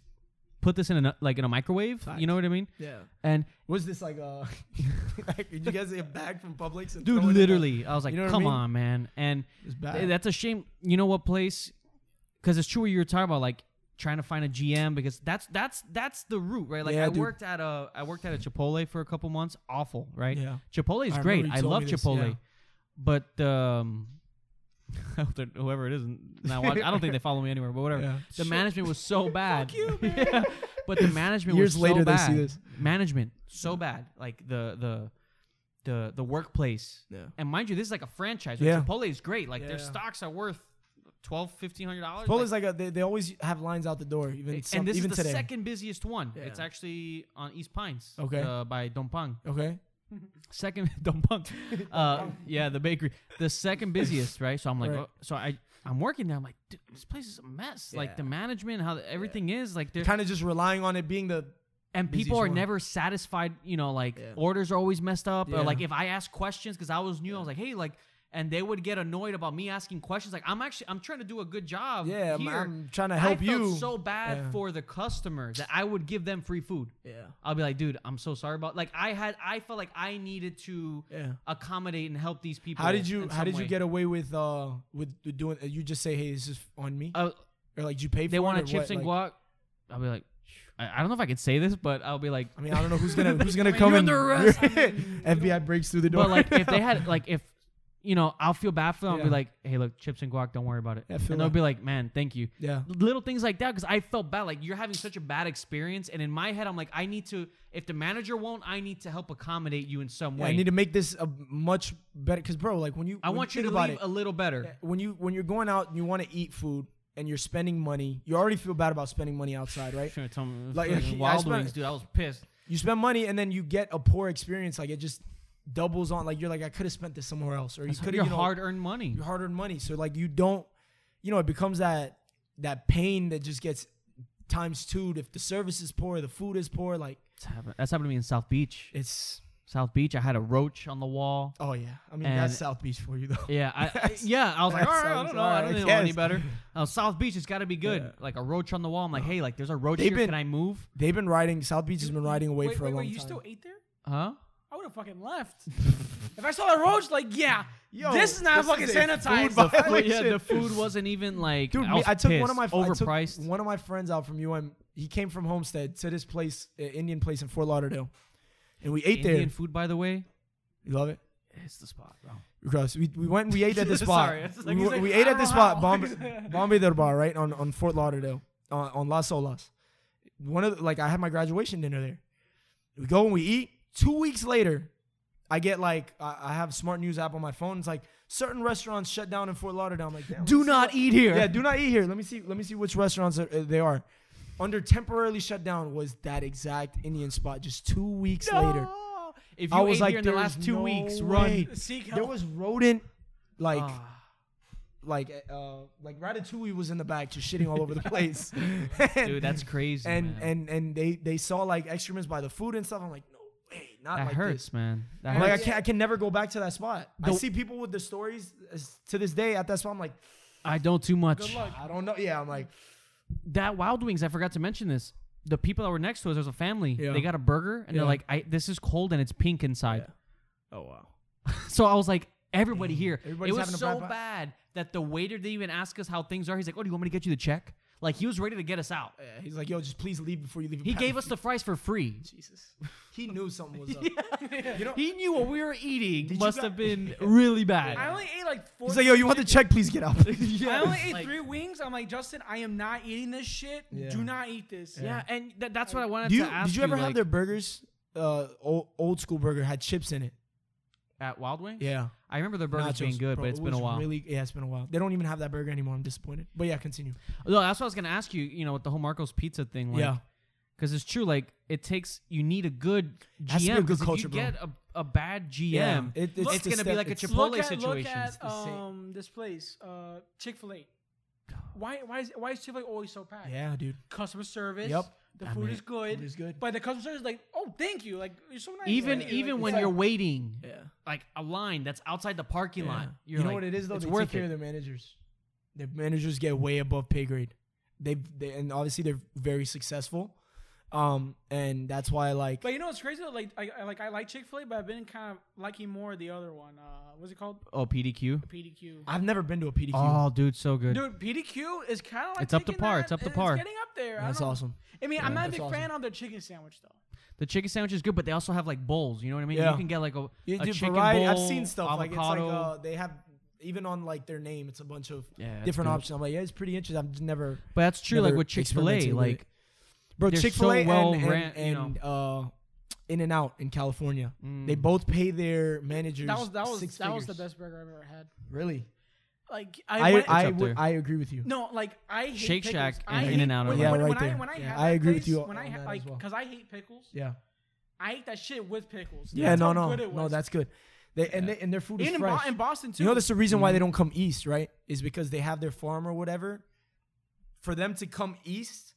put this in a like in a microwave you know what I mean
yeah.
and
Was this like uh *laughs* like, did you guys get a bag from Publix? And
dude
throw it in the-
literally I was like
You know what I
come
mean?
on man and
It's bad.
Th- That's a shame. You know what place? Because it's true what you were talking about, like trying to find a GM. Because that's that's that's the route, right? Like
Yeah,
I
dude.
worked at a I worked at a Chipotle for a couple months. Awful, right?
Yeah.
Chipotle is
I remember
great.
you
I
told
love
me this,
Chipotle,
yeah.
but um, *laughs* I hope that whoever it is not watching. I don't think they follow me anywhere, but whatever.
Yeah.
The
Shit.
management was
*laughs*
so bad. *laughs*
you,
Yeah. But the management was
Years
so
later, they
bad.
see this.
Management so bad. Like the the the the workplace
Yeah.
and mind you, this is like a franchise. Right?
Yeah.
Chipotle is great. Like
Yeah.
their stocks are worth twelve, fifteen hundred dollars.
Chipotle's like a, they, they always have lines out the door,
Like,
even
and
some,
this
even
is the
today.
second busiest one.
Yeah.
It's actually on East Pines.
Okay.
Uh, by Dompang.
Okay.
Second *laughs* Dompang. Uh, yeah, the bakery. The second busiest, right? So I'm like,
Right.
oh, so I I'm working there. I'm like, dude, this place is a mess. Like the
Yeah.
management, how the, everything is, like they're
kind of just relying on it being the
and people
busiest
are
one.
never satisfied. You know, like
Yeah.
orders are always messed up.
Yeah.
Or like if I ask questions because I was new, I was like, hey, like, and they would get annoyed about me asking questions. Like I'm actually I'm trying to do a good job.
yeah. I'm,
here.
I'm trying to
I
help
felt
you.
so bad
Yeah.
for the customer that I would give them free food.
yeah,
I'll be like, dude, I'm so sorry about. Like I had I felt like I needed to
yeah.
accommodate and help these people.
How did you
in
How
some
did
way.
you get away with uh with the doing? uh, You just say, hey, is this on me?
Uh,
or like, do you pay for?
they
it or
wanted
what?
chips and guac.
Like,
I'll be like, I, I don't know if I could say this, but I'll be like,
I mean, *laughs* I don't know
*laughs*
who's gonna who's gonna
mean,
come
you're
in.
under
*laughs*
arrest. I
FBI breaks through the door.
But like if they had like if you know, I'll feel bad for them. I'll
Yeah.
be like, hey, look, chips and guac, don't worry about it.
Yeah, I
and
feel
they'll
that.
be like, man, thank you.
*laughs*
*laughs*
yeah,
Little things like that because I felt bad. Like you're having such a bad experience, and in my head, I'm like, I need to. If the manager won't, I need to help accommodate you in some
Yeah,
way.
I need to make this a much better. Cause bro, like when you
I
when
want you
think
to
about
leave
it,
a little better.
when you when you're going out and you want to eat food and you're spending money, you already feel bad about spending money
*laughs*
outside, right?
Should've told me-
Like,
fucking
I
Wild
spent-
Wings, dude. I was pissed.
you spend money and then you get a poor experience. Like it just doubles on. Like you're like I could have spent this somewhere else, or you
That's
could
your
have you know,
hard-earned money.
your hard-earned money. So like you don't, you know, it becomes that that pain that just gets times two. If the service is poor, the food is poor. Like
That's happened, that's happened to me in South Beach.
it's
South Beach, I had a roach on the wall.
oh yeah. I mean
And-
that's South Beach for you though.
Yeah,
*laughs*
I, yeah. I was like,
that
all right, I
sounds
don't know,
all
I
right,
don't
I
know any
guess."
better.
*laughs*
Uh, South Beach, it's got to be good.
Yeah. Uh,
Like a roach on the wall. I'm like, hey, like there's a roach
They've
here.
been-
Can I move?
They've been riding. South Beach has been riding away
wait,
for a
wait,
long
wait, you
time.
still ate there?
*laughs*
Huh?
I would have fucking left. if I saw a roach, like yeah,
Yo,
this is not
this
fucking
is a
sanitized.
food
The food, *laughs* yeah,
Violation.
the food wasn't even like.
Dude,
I,
me-
was
I took one
pissed.
of my I
overpriced.
took one of my friends out from UM. He came from Homestead to this place, uh, Indian place in Fort Lauderdale, and we ate
Indian
there.
food, by the way,
You love it.
it's the spot, bro.
Gross. We, we went and we
*laughs*
ate at this spot.
Sorry, it's like-
we
he's
we-
like,
we
"I
ate
don't
at this
know
spot,
how."
Bombay,
*laughs*
Bombay Del Bar, right on, on Fort Lauderdale, on, on Las Olas. One of the, like I had my graduation dinner there. We go and we eat. Two weeks later, I get like I, I have smart news app on my phone. It's like certain restaurants shut down in Fort Lauderdale. I'm like, "Damn,
Do
let's see
not
what-
eat *laughs* here.
Yeah, do not eat here. Let me see. Let me see which restaurants are, uh, they are. Under temporarily shut down was that exact Indian spot. Just two weeks later,
No. If you
I was
ate
like,
here in the
"There's
last two
no
weeks,
way."
run.
Seek
there
help.
was rodent like
Ah,
like uh like Ratatouille was in the back just shitting all over the
*laughs*
place.
dude, that's crazy.
and
man.
and and they they saw like excrements by the food and stuff. I'm like, no way, not
that
like
hurts,
this.
man. That
I'm like I
hurts.
can I can never go back to that spot. I
The-
see people with the stories as- to this day at that spot. I'm like,
I don't too
Good
much.
luck.
I don't know. Yeah, I'm like,
that Wild Wings, I forgot to mention this. The people that were next to us, there's a family.
Yeah.
They got a burger and
Yeah.
they're like, I, this is cold and it's pink inside.
oh wow.
*laughs* So I was like, everybody here.
Everybody's
it was
having a
so
bad vibe.
bad that the waiter didn't even ask us how things are. He's like, oh, do you want me to get you the check? Like he was ready to get us out.
Yeah, he's like, yo, just please leave before you leave.
He gave us the fries for free.
Jesus. He knew
*laughs*
something was up. You know,
He knew what we were eating
Did you
must
guys-
have
*laughs*
been really bad.
I only ate like four.
he's like, yo, you want the check? Please *laughs* get out.
Yeah.
I only ate
Like-
three wings. I'm like Justin, I am not eating this shit.
Yeah.
Do not eat this.
Yeah, and th- that's what I wanted
Do you,
to ask
did you ever have
like-
their burgers? Uh, old, old school burger had chips in it.
at Wild Wings.
Yeah,
I remember their burgers being
Nachos,
good,
bro,
but it's
it
been a
was
while.
Really, yeah, it's been a while. They don't even have that burger anymore. I'm disappointed. But yeah, continue.
No, that's what I was gonna ask you. You know, with the whole Marco's Pizza thing, like,
yeah,
because it's true. Like, it takes you need a good GM.
Has to be a good
'cause if
culture,
you
bro.
get a, a bad GM,
It, it's,
Look,
the
it's gonna be
step-
like a
it's-
Chipotle
look at,
situation. It's
Look
the
at
same.
um, this place, uh, Chick Fil A. Why why is why is Chick Fil A always so packed?
Yeah, dude.
Customer service.
Yep.
The
I
food
mean,
is good.
It is good.
But the customer service is like, oh, thank you. Like you're so nice.
even
Like,
even
it's
when
like-
you're waiting,
yeah.
like a line that's outside the parking lot,
You
you're
know
like,
what it is though?
It's
they
worth
take care
it.
of their managers. Their managers get way above pay grade. They've they, and obviously they're very successful. Um, and that's why like
But you know what's crazy? though? Like I, I like I like Chick Fil A, but I've been kind of liking more the other one. Uh, what's it called?
Oh, PDQ.
PDQ.
I've never been to a PDQ.
Oh, dude, so good.
Dude, PDQ is kind of like
It's up to
taking
par,
that-
it's up to
it's
par.
getting up there. I
that's
don't-
awesome.
I mean,
Yeah,
I'm not a
that's
big
awesome.
fan of their chicken sandwich though.
The chicken sandwich is good, but they also have like bowls. You know what I mean?
Yeah.
You can get like a,
Yeah,
a
dude,
chicken
variety.
bowl.
I've seen stuff like
avocado.
it's like uh, they have even on like their name, it's a bunch of
yeah, it's
different
good.
options. I'm like, yeah, it's pretty interesting. I've just never,
But that's true. Like
never
with Chick Fil A,
experimented with
like
it. bro,
they're so
Chick Fil A
well
and,
ran- you
and,
know.
and uh, In and Out in California, they
mm,
both pay their managers.
That was that was that
six
was the
figures.
best burger I've ever had.
Really,
Like I,
I
went,
I,
up
would,
there.
I agree with you.
No, like I hate
Shake
pickles.
Shack
I
and
hate-
In-N-Out are
When,
like-
when,
Yeah,
when
right
I
there.
when I
Yeah,
had
I
that
agree with
place,
you
When
on
I
that
had
as
like
well.
because I hate pickles.
Yeah.
I ate that shit with pickles.
Yeah,
That's
no,
how
no,
good it
no.
was.
That's good. They and they, and their food is
and in, Bo-
fresh.
in Boston too.
you know, that's the reason why they don't come east, right? Is because they have their farm or whatever. For them to come east,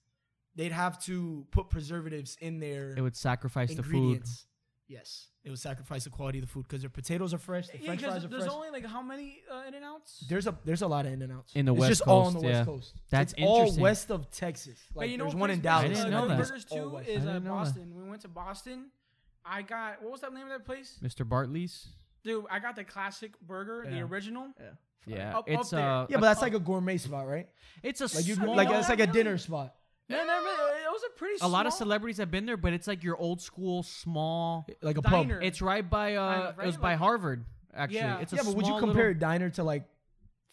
they'd have to put preservatives in their
it would sacrifice the food.
ingredients. Yes, it would sacrifice the quality of the food because their potatoes are fresh, their
Yeah,
French
'cause
fries are
there's
fresh.
only like how many uh, In and Outs?
there's a there's a lot of in and outs
In the
it's
West
just all on the
Coast,
West
yeah.
Coast.
That's
it's all
interesting.
west of Texas. Like
But you know,
there's
what
one in
place
Dallas.
I didn't
uh,
know
good
that. Oh,
Burgers
All
too
west.
I
is uh,
didn't know that.
Boston. We went to Boston. I got what was that name of that place?
Mr. Bartley's.
Dude, I got the classic burger, the
Yeah.
original.
Yeah,
Up- up
it's
there.
uh,
Yeah, but that's like a gourmet spot, right?
it's a
Like you
small,
like that's like a
really.
dinner spot.
Yeah, no, really, uh, it was a pretty.
a lot of
small
celebrities have been there, but it's like your old school small.
Like a pub.
diner.
It's right by uh,
Kind of,
it was
right?
by
Like-
Harvard actually.
Yeah.
It's a
yeah, but would you
small
compare
little-
a diner to like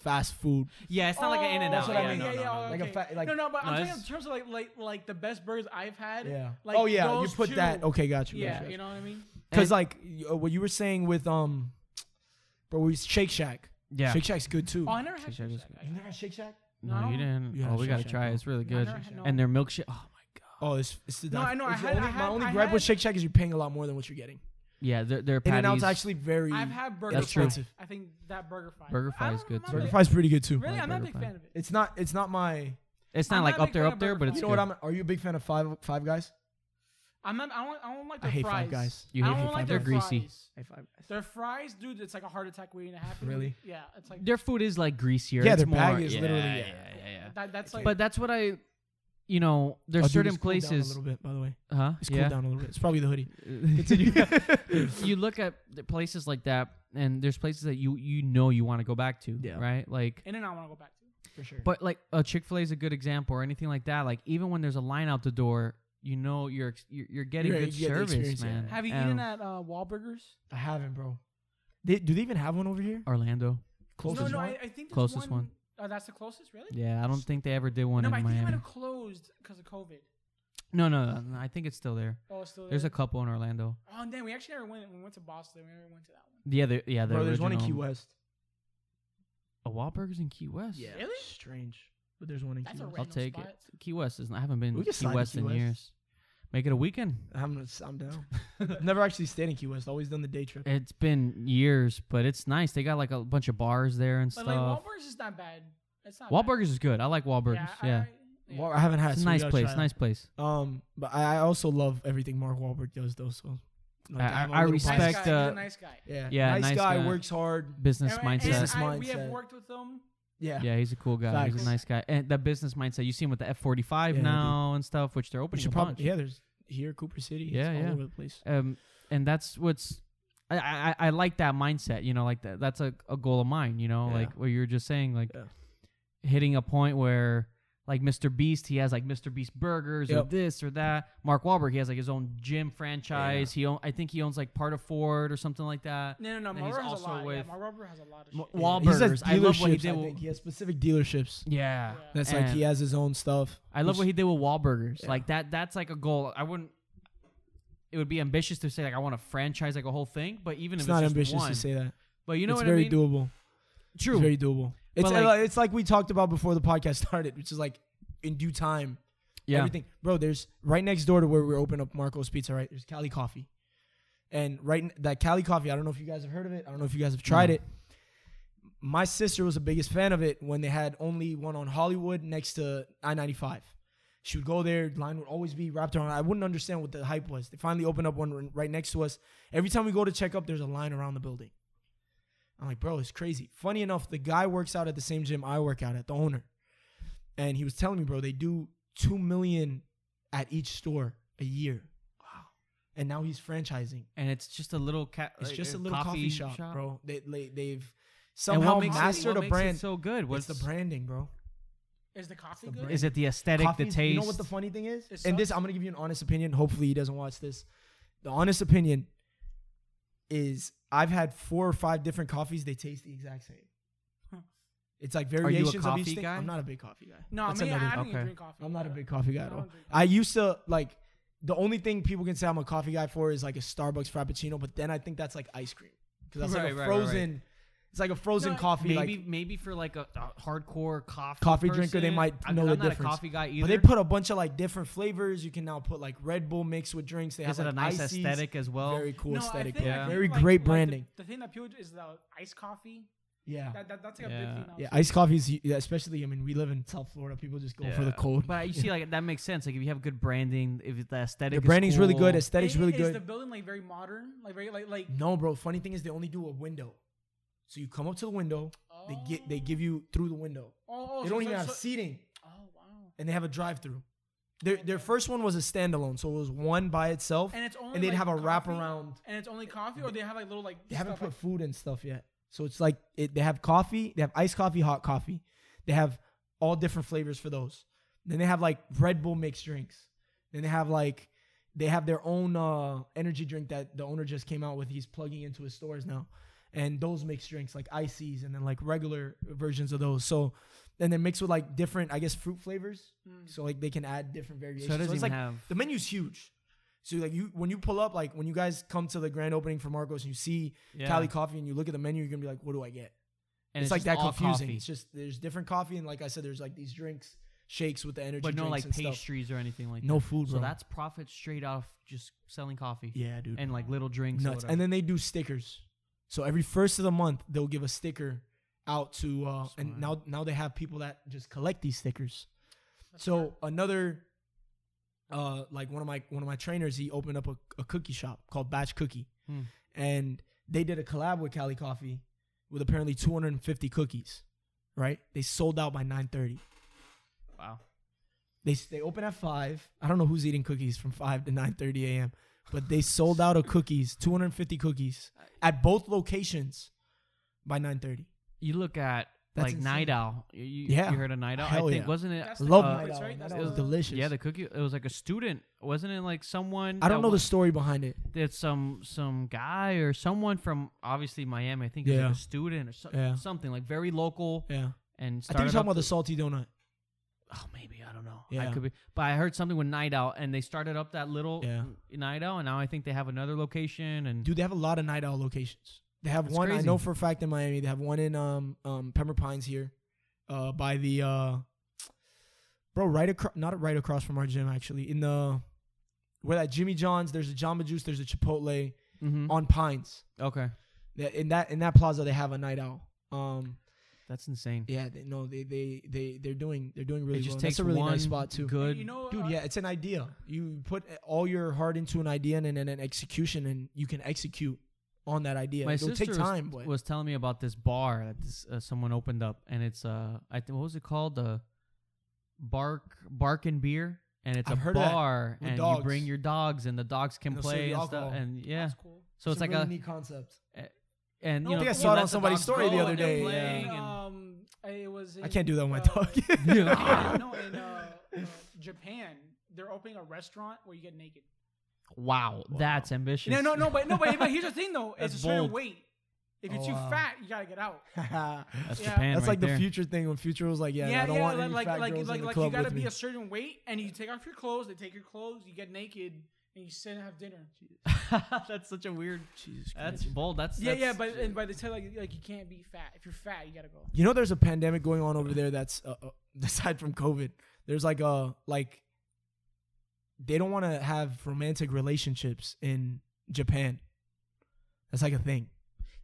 fast food?
Yeah, it's not like an in and
That's
out.
what I
Yeah,
mean.
no,
Yeah,
no, no, no.
Like a
okay.
fat- like-
no, no. But
No,
I'm saying
it's-
in terms of like, like, like the best burgers I've had.
Yeah.
Like
oh yeah, you
those
put
two.
that. Okay, gotcha.
Yeah,
gotcha.
you know what I mean.
Because like y- uh, what you were saying with um, bro, we Shake Shack.
Yeah.
Shake Shack's good too.
Oh, I never had
Shake Shack
Shake
is
Shack.
good.
I-
you never had Shake Shack?
No,
No.
you didn't.
Yeah,
oh, we
shake,
gotta
shake,
try.
bro.
it. It's really
No, I
good.
never had- no.
And their milkshake. Oh my god.
Oh, it's it's the.
No, I know, I
it's the
had-
only,
I
my
had-
only
I
gripe with
had-
Shake Shack is you're paying a lot more than what you're getting.
Yeah, their their
In
patties.
and Out's actually very.
I've had burger.
That's
fry.
expensive.
I think that burger fry.
Burger
I
fry is
don't-
good,
I'm not
too.
Burger
big-
Fry's pretty good too.
Really,
like
I'm not a
burger
big
fry.
fan of it.
It's not. It's not my.
It's
I'm
not like
not a
up
big
there,
fan
up
of
there,
burger
but
fry.
it's
You know
good.
what? I'm. Are you a big fan of Five Five Guys?
I'm not. I don't, I don't like
I
their
hate
fries.
Five Guys.
You
I
hate
don't
Five
like
Guys.
their
They're greasy.
fries.
Hey, Five Guys.
Their fries, dude. It's like a heart attack waiting to happen.
Really?
Yeah. It's like
Their food is like greasier.
Yeah,
it's
their
more,
bag is
yeah,
literally-
Yeah, yeah,
yeah.
yeah.
that, that's like.
But that's what I, you know, there's
Oh, dude,
certain
it's cooled down
places.
A little bit, by the way.
Huh?
It's cooled
yeah.
down a little bit. It's probably the hoodie.
*laughs* you look at the places like that, and there's places that you you know you want to go back to,
Yeah.
right? Like,
and then I want to go back to.
For sure.
but like a Chick Fil A is a good example, or anything like that. Like even when there's a line out the door, you know you're ex- you're, you're getting
You're-
good
you get the
service,
experience, yeah.
man.
Have you
Um,
eaten at uh, Wahlburgers?
I haven't, bro. They, do they even have one over here?
Orlando?
Closest
no, no.
one?
I, I think there's
Closest
one.
one.
Oh, that's the closest, really.
Yeah, I don't think they ever did one
no, but I
in
think they might
Miami.
have closed because of COVID.
No, no, no, I think it's still there.
Oh, it's still
There's a
there.
couple in Orlando.
Oh, damn, we actually never went. We went to Boston. We never went to that one.
Yeah, the, yeah, the
Bro, there's one in Key
original-
West.
A Wahlburgers in Key West.
Really?
Strange. But there's one in
That's
Key
a
West.
I'll
Random
take
spot.
it. Key West is. Not, I haven't been
We
to
could
Key
slide to
West
Key
in
West.
years. Make it a weekend.
I'm, gonna- I'm down. I've never actually stayed in Key West. Always done the day trip.
It's been years, but it's nice. They got like a bunch of bars there and
But like
stuff.
Wahlburgers is not bad. It's not. bad.
Wahlburgers is good. I like Wahlburgers. Yeah,
I- I- yeah.
Well, I haven't had.
it's a
so we
nice
gotta
place.
try
Nice place.
that. Um, but I, I also love everything Mark Wahlberg does, though. So like,
I-
I'm
I-
a
I
little
Nice
respect,
biased.
guy. He's
uh,
a nice guy.
Yeah.
Yeah,
Nice,
nice
guy,
guy.
Works hard.
Business
And- and
mindset.
Business
I, We have
mindset.
worked with them.
Yeah.
Yeah, he's a cool guy. He's
Facts.
a nice guy. And that business mindset. You see him with the F forty five
Yeah, they do.
now and stuff, which they're
We
opening a
should probably.
bunch.
Yeah. There's here Cooper City. it's
Yeah,
all
yeah.
over the place.
Um, and that's what's. I, I, I like that mindset, you know, like that, that's a, a goal of mine, you know,
Yeah.
like what you were just saying, like
Yeah.
hitting a point where like Mr. Beast, he has like Mr. Beast burgers
Yep.
or this or that. Mark Wahlberg, he has like his own gym franchise. He own, I think he owns like part of Ford or something like that.
No, no, no.
And
My
he's
rubber has a
also
lot. Yeah,
with-
my rubber has a lot of
Mo-
shit.
Wa- Wahlburgers.
He says
I love what he
dealerships,
did
I
with-
think. He has specific dealerships.
Yeah.
Yeah.
That's like
And-
he has his own stuff.
I love
Which-
what he did with Wahlburgers.
Yeah.
Like that that's like a goal. I wouldn't it would be ambitious to say like I want to franchise like a whole thing, but even
It's
if
not
it's just
ambitious
one,
to say that.
but you know
it's
what
very
I mean.
doable.
True,
It's very doable. It's
like-
like, it's like we talked about before the podcast *laughs* started, which is like in due time.
yeah,
Everything, bro. There's right next door to where we open up Marco's Pizza. Right, there's Cali Coffee, and right n- that Cali Coffee. I don't know if you guys have heard of it. I don't know if you guys have tried
No.
it. My sister was the biggest fan of it when they had only one on Hollywood next to I ninety five. She would go there. Line would always be wrapped around. I wouldn't understand what the hype was. They finally opened up one r- right next to us. Every time we go to check up, there's a line around the building. I'm like, bro, it's crazy. Funny enough, the guy works out at the same gym I work out at, the owner. And he was telling me, bro, they do 2 million at each store a year. Wow. And now he's franchising.
and it's just a little cat.
It's
like,
just
uh,
a little coffee, shop, bro. They, they, they've
And
somehow
what makes it,
mastered
what
a
makes
brand.
It so good.
What's
What's
the branding, bro?
Is the coffee
the
good?
Is it the aesthetic, the
Coffee's-
taste?
You know what the funny thing is?
It
and this,
sucks.
I'm gonna give you an honest opinion. Hopefully, he doesn't watch this. The honest opinion is I've had four or five different coffees. They taste the exact same.
Huh.
It's like
you a
variations of
coffee
each thing.
guy?
I'm not a big coffee guy.
No, I
That's
mean
another-
I don't even
okay.
drink coffee.
I'm not a big coffee guy
I
at
don't
all.
drink
I used to like the only thing people can say I'm a coffee guy for is like a Starbucks Frappuccino, but then I think that's like ice cream because that's
Right,
like a
right, right, right.
frozen. It's like a frozen
No,
coffee. like-
maybe maybe for like a, a hardcore coffee
Coffee drinker, they
person.
might
I- 'cause
know the
I'm not
difference.
A coffee guy either.
But they put a bunch of like different flavors. You can now put like Red Bull mixed with drinks. They
Gives
have
it
like
a nice
ices.
aesthetic as well.
Very cool
No, I
aesthetic.
think-
yeah.
yeah.
I think,
Very
like-
great
like, the-
branding.
the, thing that people do is the iced coffee.
yeah.
That, that, that's like a
Yeah.
big thing. now,
Yeah.
too.
Ice coffees, you- yeah, especially, I mean, we live in South Florida. People just go for *laughs* the
Yeah.
cold.
But you see, like that makes sense. Like if you have good branding, if the aesthetic,
the
is
branding's really good.
cool,
Aesthetic's
Is-
really
Is
good.
the building like very modern? Like very like like
no, bro. Funny thing is, they only do a window. So you come up to the window. They get they give you through the window.
oh, oh,
They
so-
don't
so-
even have
so-
seating,
Oh wow.
and they have a drive-through. Their their first one was a standalone, so it was one by itself,
And it's only
and they'd
like,
have a
coffee?
wraparound.
And it's only coffee, or they have like little like
They haven't
stuff,
put food and stuff yet. So it's like it, they have coffee, they have iced coffee, hot coffee. They have all different flavors for those. Then they have like Red Bull mixed drinks. Then they have like they have their own uh, energy drink that the owner just came out with. He's plugging into his stores now. And those mixed drinks like ices and then like regular versions of those. So and they're mixed with like different, I guess, fruit flavors.
like, mm.
So like they can add different variations.
So it doesn't
it's
even
like
have.
the menu's huge. So like you when you pull up, like when you guys come to the grand opening for Marcos and you see
Yeah.
Cali coffee and you look at the menu, you're gonna be like, what do I get?
and
it's, like
just
that
all
confusing.
coffee.
It's just there's different coffee and like I said, there's like these drinks, shakes with the energy.
but no
drinks
like
and stuff.
pastries or anything like
No
that.
food,
So
bro.
that's profit straight off just selling coffee
yeah, dude.
and like little drinks.
Nuts. And then they do stickers. So every first of the month, they'll give a sticker out to uh and
Smart.
now now they have people that just collect these stickers.
That's
So
smart.
another uh like one of my one of my trainers, he opened up a, a cookie shop called Batch Cookie.
Hmm.
And they did a collab with Cali Coffee with apparently 250 cookies, right? They sold out by 9:30.
wow,
They they open at 5. I don't know who's eating cookies from 5 to 9:30 a.m., but they sold out of cookies, 250 cookies at both locations by 9:30.
you look at
That's
like
insane.
night owl. You, you-
Yeah.
you heard of night owl?
Hell
I think
yeah.
wasn't it?
That's
I
the
love
uh,
Night Owl.
Night Owl,
Night
that's
Owl was
the-
delicious.
yeah, the cookie. It was like a student, wasn't it? Like someone.
I don't
that
know the
wa-
story behind it.
That some some guy or someone from obviously Miami. I think it was
Yeah.
like a student or so,
Yeah.
something like very local.
Yeah.
And
I think you're
started
talking
up
about the salty donut.
oh maybe I don't know. I
Yeah.
could be. But I heard something with Night Owl, and they started up that little
Yeah.
n- Night Owl, and now I think they have another location. And
Dude, they have a lot of night owl locations. They have
That's
one I
crazy.
know for a fact in Miami. They have one in um um Pembroke Pines here, uh by the uh bro right across not right across from our gym actually in the where that Jimmy John's there's a Jamba Juice there's a Chipotle
Mhm.
on Pines.
okay,
That- In that in that plaza they have a night owl. Um
that's insane.
yeah they, no they they they they're doing they're doing really
it just
well. and
takes
That's a really
one
nice spot too.
Good.
You know,
Dude,
uh,
yeah, it's an idea. You put all your heart into an idea and then an execution, and you can execute on that idea.
My
It'll
sister
take
was-
time, but
was telling me about this bar that this, uh, someone opened up, and it's uh, I think what was it called? The Bark Bark and Beer, and it's
I've
a
heard of that,
bar,
with
and
dogs.
you bring your dogs, and the dogs can
And they'll serve
play
you
and stuff,
alcohol.
and yeah,
That's cool.
so it's, like
really
a
neat concept.
and
No,
you know
I think I
you
saw it
let
on
the
somebody's
dogs
story the
go,
other
and they're
day,
playing, and-
yeah.
Um, it was. In,
I can't do that with my
uh,
dog. *laughs*
Yeah.
no, in uh, uh, Japan, they're opening a restaurant where you get naked.
Wow, that's ambitious.
No, no, no, but no, but, but here's the
*laughs*
thing though:
That's
it's a certain
bold.
weight. If you're
Oh,
too
wow.
fat, you gotta get out.
*laughs*
That's
That's
Yeah.
Japan right
like the
there.
future thing when Future was like, "Yeah, I don't want
like
any
like
fat
like
girls
like,
in the
like you
club
gotta
with
be
me."
a certain weight, and you take off your clothes. They take your clothes. You get naked, and you sit and have dinner.
*laughs* that's such a weird.
Jesus
That's bold. That's
yeah, yeah,
that's-
but and by the time like like you can't be fat. If you're fat, you gotta go.
You know, there's a pandemic going on over there. That's uh, uh, aside from COVID, there's like a like. They don't want to have romantic relationships in Japan. That's like a thing.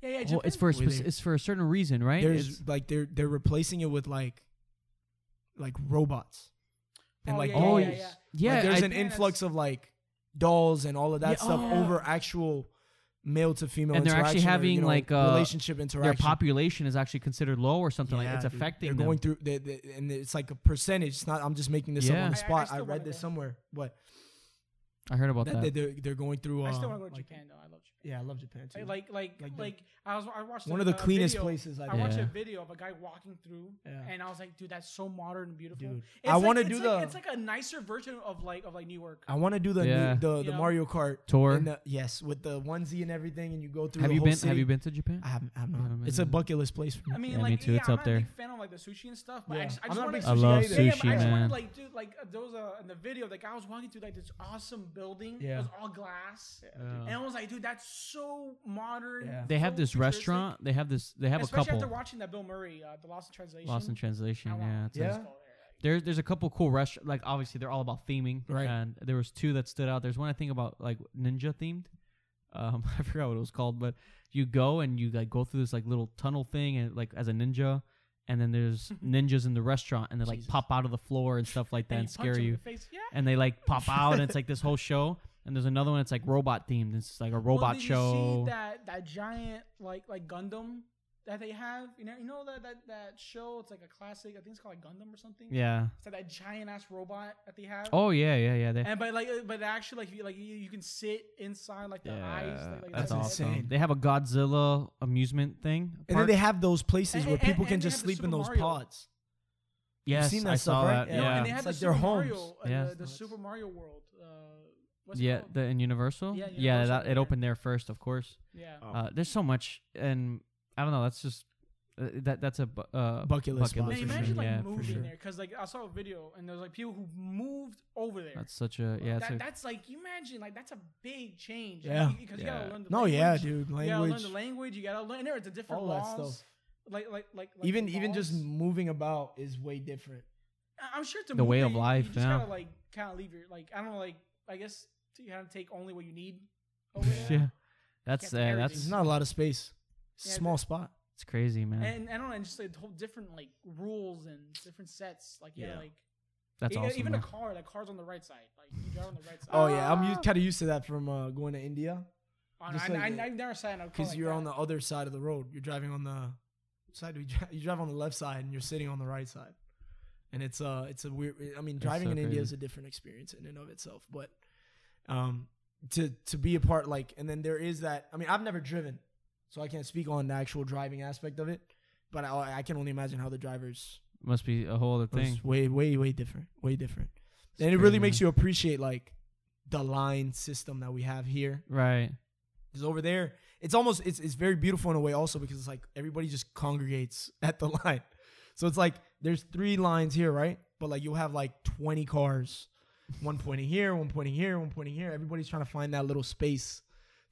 Yeah, yeah.
Well,
Japan,
Oh, it's for a
Were
spec-
there-
it's for a certain reason, right?
There's
It's-
like they're they're replacing it with like, like robots, and
Oh,
like
yeah, yeah,
dolls.
oh
yeah,
Like,
yeah.
yeah,
there's
I-
an
Yeah, that's-
influx of like dolls and all of that
Yeah,
stuff
oh.
over actual male to female.
And they're actually
interaction or,
having,
you know,
like, uh,
relationship
their
interaction.
population is actually considered low or something like
Yeah,
it's
dude.
affecting
they're
them.
going through the, the, and it's like a percentage it's not i'm just making this up
Yeah.
on the
I- I- I
spot i,
still wanna
read this
go.
somewhere but
I heard about
that,
that.
that they're, they're going through uh,
I still want to go to
like-
Japan though. I love Japan.
yeah i love japan too
I, like like
Like
like,
the-
I was I watched
one
a-
of the
a
cleanest
video.
places i've
I watched
Yeah.
a video of a guy walking through,
Yeah.
and I was like, dude, that's so modern and beautiful.
Dude,
It's
I
like-
wanna
it's
do
like-
the-
It's like a nicer version of like of like New York.
i want to do the new-
Yeah.
the, the
You know?
mario kart
Tour.
and the, yes with the onesie and everything and you go through
have
the
you
whole
been?
city.
Have you been to Japan?
i haven't i'm
I haven't
not it's a
been either.
bucket list place for me
I mean,
Yeah, me
like,
too,
yeah,
it's
I'm
up
not
there.
a big fan of like the sushi and stuff, but
Yeah.
I just, I
I'm
just
not a
wanted
big
I love
guy either.
sushi,
but I just
man.
wanted like, dude, like uh, there was a in the video, like I was walking through like this awesome building.
Yeah.
It was all glass,
Yeah.
and I was like, dude, that's so modern.
Yeah.
They have
so
this
futuristic.
restaurant. They have this. They have
Especially
a
after
couple.
watching that Bill Murray, uh, the Lost in Translation.
Lost in translation.
I want-
Yeah. it's a-
Yeah.
Let's go there.
There's there's a couple cool restaurants. Like obviously they're all about theming.
Right.
And there was two that stood out. There's one I think about like ninja themed. Um, *laughs* I forgot what it was called, but you go and you like go through this like little tunnel thing and like as a ninja, and then there's ninjas in the restaurant and they like
Jesus.
pop out of the floor and stuff like that and,
And punch
scare
him in
you.
the face. Yeah.
and they like pop out and it's like this whole show and there's another one that's like robot themed it's like a robot
well, did You
show
see that that giant like like Gundam that they have. You know, you know that that that show. It's like a classic. I think it's called like Gundam or something.
yeah
It's like that giant ass robot that they have.
oh yeah yeah yeah they,
And but like uh, but actually like you, like you, you can sit inside like the eyes.
yeah
Like, like,
that's
that's
awesome
insane.
they have a godzilla amusement thing
and
park.
then they have those places where
And- and-
people
and
can
they
just
have the
sleep in
Super
those
Mario.
pods
yes
seen
i
that stuff,
saw that
right?
No,
yeah
and
yeah,
they have
It's like
the
their
Super
homes.
Mario, uh,
Yeah.
the, the
Nice.
Super Mario World. Uh, what's it called?
the in universal
Yeah,
yeah
Universal,
that, it
yeah.
opened there first of course
yeah.
Oh.
uh there's so much and i don't know that's just uh, that that's a bu- uh
Bucket list
bucket
spot.
Now
list
for sure.
imagine like
yeah, for
moving
sure.
there because like I saw a video and there was like people who moved over there.
that's such a yeah it's
that,
a,
that's like you imagine like that's a big change.
Yeah.
because you
Yeah.
gotta learn the
no
language.
yeah dude
You gotta
language
learn the language. You gotta learn. There, it's a different
all that
laws.
stuff
Like, like, like, like
even
the
even just
laws.
moving about is way different
I- I'm sure it's a
the way
movie,
of life,
You just
yeah.
gotta like kind of leave your like. I don't know. Like, I guess you gotta take only what you need. Over there.
*laughs* *laughs* yeah that's
Can't do
uh,
everything.
that's
There's not a lot of space.
Yeah,
Small spot.
it's crazy man
And I don't know, and just like whole different like rules and different sets. Like yeah,
Yeah.
like
that's
e-
awesome
even
man.
a car, the car's on the right side. Like you drive on the right side.
Oh yeah, I'm kind of used to that from uh, going to India
I,
just
I,
like
I,
that.
I've never sat in a car
because
like
you're
that.
on the other side of the road. You're driving on the side. We dri- *laughs* you drive on the left side and you're sitting on the right side, and it's uh it's a weird. I mean, driving
so
in India
crazy.
is a different experience in and of itself, but um to to be a part like and then there is that. I mean, I've never driven, so I can't speak on the actual driving aspect of it, but I, I can only imagine how the drivers
must be a whole other
was
thing
way way way different, way different.
It's
and it really
crazy,
makes
man.
you appreciate like the line system that we have here
right
because over there it's almost it's, it's very beautiful in a way also because it's like everybody just congregates *laughs* at the line so it's like there's three lines here right but like you'll have like 20 cars one pointing here one pointing here one pointing here everybody's trying to find that little space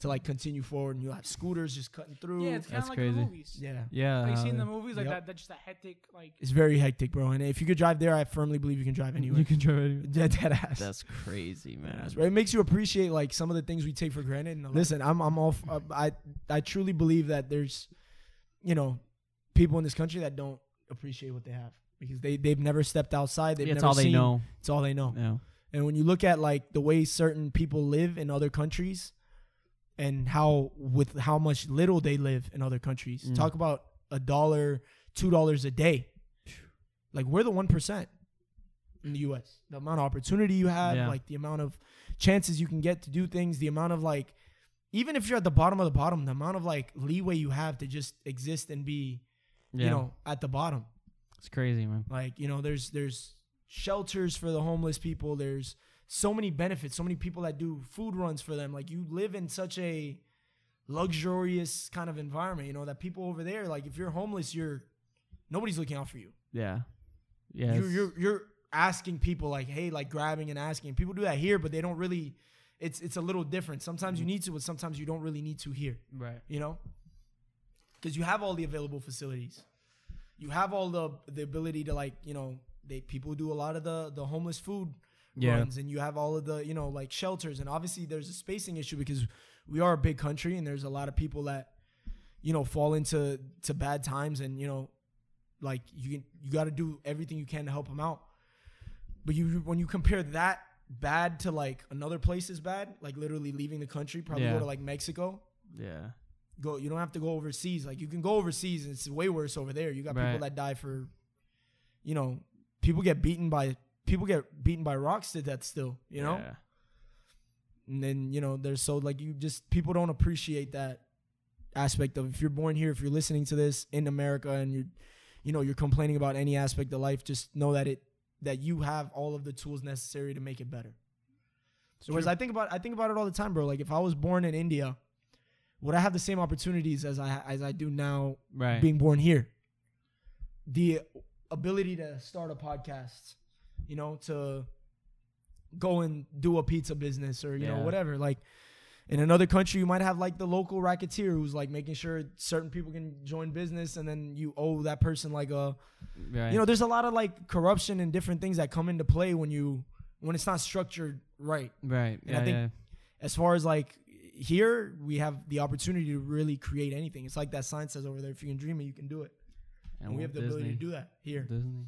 to like continue forward and you'll have scooters just cutting through
yeah, it's kind
That's
of like
crazy.
the movies.
yeah
yeah
Like you see in
uh,
the movies, like
Yep.
that, that's just that hectic, like
it's very hectic bro and if you could drive there i firmly believe you can drive anywhere
You can drive anywhere.
*laughs* dead, dead ass
That's crazy, man.
That's right. It makes you appreciate like some of the things we take for granted. And listen, I'm I'm all f- uh, I I truly believe that there's, you know, people in this country that don't appreciate what they have because they they've never stepped outside. They've
it's
never
all they
seen-
know.
It's all they know.
Yeah.
And when you look at like the way certain people live in other countries, and how with how much little they live in other countries,
Mm.
talk about a dollar, two dollars a day. Like we're the one percent in the U.S. The amount of opportunity you have,
Yeah.
like the amount of chances you can get to do things, the amount of like, even if you're at the bottom of the bottom, the amount of like leeway you have to just exist and be,
yeah.
you know, at the bottom.
it's crazy, man.
Like, you know, there's there's shelters for the homeless people. There's so many benefits, so many people that do food runs for them. Like you live in such a luxurious kind of environment, you know, that people over there, like if you're homeless, you're nobody's looking out for you.
Yeah. Yeah.
You're you're you're asking people like, hey, like grabbing and asking. People do that here, but they don't really it's it's a little different. Sometimes you need to, but sometimes you don't really need to here.
Right.
You know, because you have all the available facilities, you have all the the ability to like you know they people do a lot of the the homeless food
Yeah.
runs, and you have all of the you know like shelters, and obviously there's a spacing issue because we are a big country, and there's a lot of people that you know fall into to bad times, and you know like you can, you got to do everything you can to help them out. But you when you compare that bad to like another place is bad, like literally leaving the country, probably
Yeah.
go to like Mexico.
Yeah.
Go you don't have to go overseas. Like you can go overseas and it's way worse over there. You got
Right.
people that die for you know, people get beaten by people get beaten by rocks to death still, you know?
Yeah.
And then, you know, there's so like you just people don't appreciate that aspect of if you're born here, if you're listening to this in America and you're you know, you're complaining about any aspect of life, just know that it that you have all of the tools necessary to make it better.
It's
Whereas
true.
I think about I think about it all the time, bro. Like if I was born in India, would I have the same opportunities as I as I do now
right.
being born here? The ability to start a podcast, you know, to go and do a pizza business or you know
Yeah.
whatever. Like in another country, you might have like the local racketeer who's like making sure certain people can join business, and then you owe that person like a
right.
you know there's a lot of like corruption and different things that come into play when you when it's not structured right
right.
and I
Yeah,
think-
yeah.
as far as like here we have the opportunity to really create anything it's like that sign says over there if you can dream it you can do it and, we
Walt
have the ability to do that here
Disney.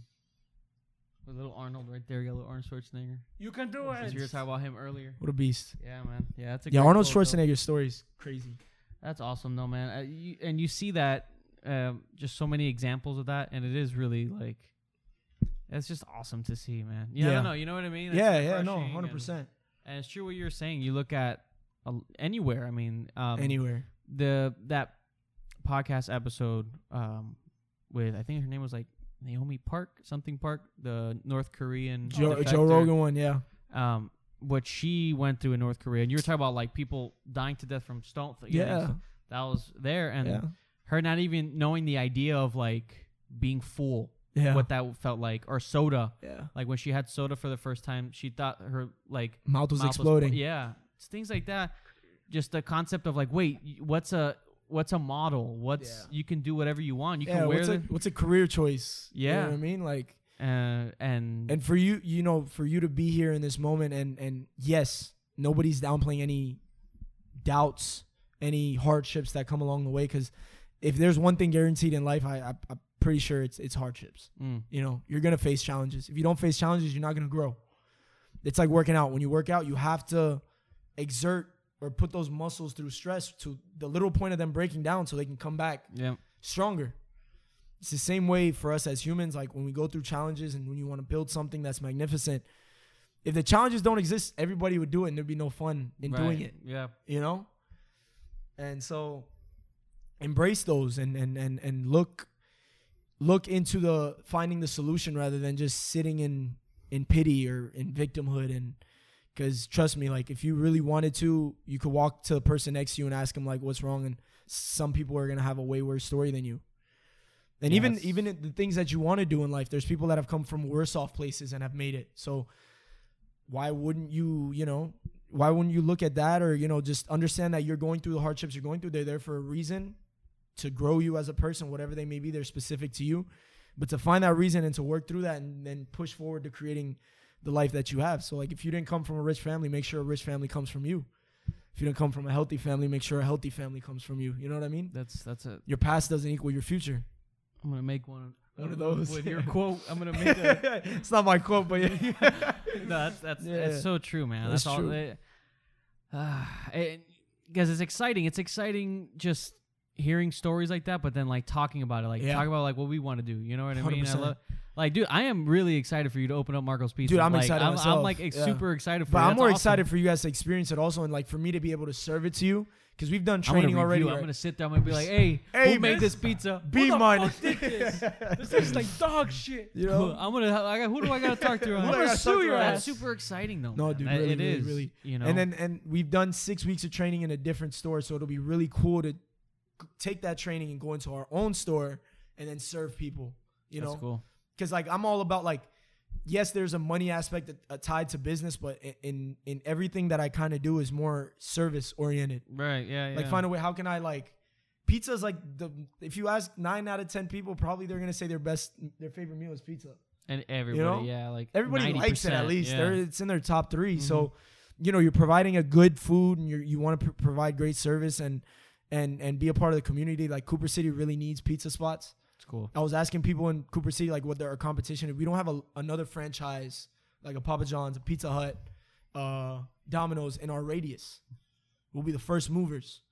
With little Arnold right there, you got little Arnold Schwarzenegger.
You can do
Since
it.
we were talking about him earlier.
what a beast
Yeah, man. Yeah, that's a
yeah
great
arnold
quote, though.
schwarzenegger's story is crazy
That's awesome, though, man. Uh, you, and you see that um, just so many examples of that, and it is really like that's just awesome to see, man. Yeah,
Yeah.
no, you know what I mean. It's
yeah yeah no
refreshing
100%
And, and it's true what you're saying. You look at uh, anywhere. I mean, um,
anywhere
the that podcast episode um, with I think her name was like Naomi Park something Park, the North Korean
joe, joe
defector
rogan one yeah
um, what she went through in North Korea, and you were talking about like people dying to death from stone. you know,
yeah
so that was there, and
yeah
her not even knowing the idea of like being full,
yeah
what that felt like, or soda.
yeah
Like when she had soda for the first time, she thought her like
mouth was
mouth
exploding
yeah, it's things like that. Just the concept of like, wait, y- what's a what's a model? What's
Yeah.
you can do whatever you want. You
yeah,
can wear
what's a,
the
what's a career choice you
Yeah.
know what i mean like
uh, and
and for you you know for you to be here in this moment and and yes nobody's downplaying any doubts any hardships that come along the way because if there's one thing guaranteed in life I, I i'm pretty sure it's it's hardships
mm,
you know you're gonna face challenges if you don't face challenges you're not gonna grow it's like working out when you work out you have to exert or put those muscles through stress to the little point of them breaking down so they can come back
yeah,
stronger. It's the same way for us as humans. Like when we go through challenges and when you want to build something that's magnificent, if the challenges don't exist, everybody would do it and there'd be no fun in doing
right,
it,
yeah,
you know? And so embrace those and and and and look look into the finding the solution rather than just sitting in in pity or in victimhood and because trust me like if you really wanted to you could walk to the person next to you and ask them like what's wrong and some people are gonna have a way worse story than you and even
Yes.
even in the things that you want to do in life there's people that have come from worse off places and have made it so why wouldn't you you know why wouldn't you look at that or you know just understand that you're going through the hardships you're going through they're there for a reason to grow you as a person whatever they may be they're specific to you but to find that reason and to work through that and then push forward to creating the life that you have so like if you didn't come from a rich family make sure a rich family comes from you if you didn't come from a healthy family make sure a healthy family comes from you you know what i mean
that's that's it.
your past doesn't equal your future
I'm gonna make one
One of those.
with
*laughs*
your quote. I'm gonna make a
it's not my quote but
*laughs*
yeah
no, that's that's
Yeah.
it's so true, man.
That's
That's, all. eh,
true.
Because it's exciting. It's exciting just hearing stories like that, but then like talking about it, like
Yeah.
talk about like what we want to do. You know what I mean? I
100%.
love. Like, dude, I am really excited for you to open up Marco's Pizza.
Dude, I'm
Like,
excited
I'm,
myself.
I'm like ex-
Yeah.
super excited for.
But
you.
I'm
That's
more
awesome.
excited for you guys to experience it also, and like for me to be able to serve it to you because we've done
I'm gonna
training already.
review.
right?
I'm gonna sit there. I'm gonna be like, hey,
*laughs* Hey,
who made
this-
this pizza?
B
Who the
minus.
fuck did this? this is like dog shit.
*laughs*
Who-
you know.
*laughs* I'm gonna. I got, who do I gotta talk
*laughs*
to?
do I
I'm
gotta
gonna
talk
sue
to
your
right
ass.
now?
super exciting though.
No,
man.
dude,
That-
really,
it
really,
is.
really.
You know,
And then and we've done six weeks of training in a different store, so it'll be really cool to take that training and go into our own store and then serve people. You
that's
know,
cool.
because like I'm all about like yes, there's a money aspect that, uh, tied to business, but i- in in everything that I kind of do is more service oriented.
Right. Yeah.
Like
yeah.
find a way. How can I like pizza is like the if you ask nine out of ten people, probably they're gonna say their best their favorite meal is pizza.
and everybody.
know?
yeah. Like
Everybody likes it at
90%,
least.
yeah.
They're, it's in their top 3 So, you know, you're providing a good food and you you want to pr- provide great service and and and be a part of the community. Like Cooper City really needs pizza spots.
It's cool.
I was asking people in Cooper City like what their competition. If we don't have a, another franchise like a Papa John's, a Pizza Hut, uh, Domino's in our radius, we'll be the first movers.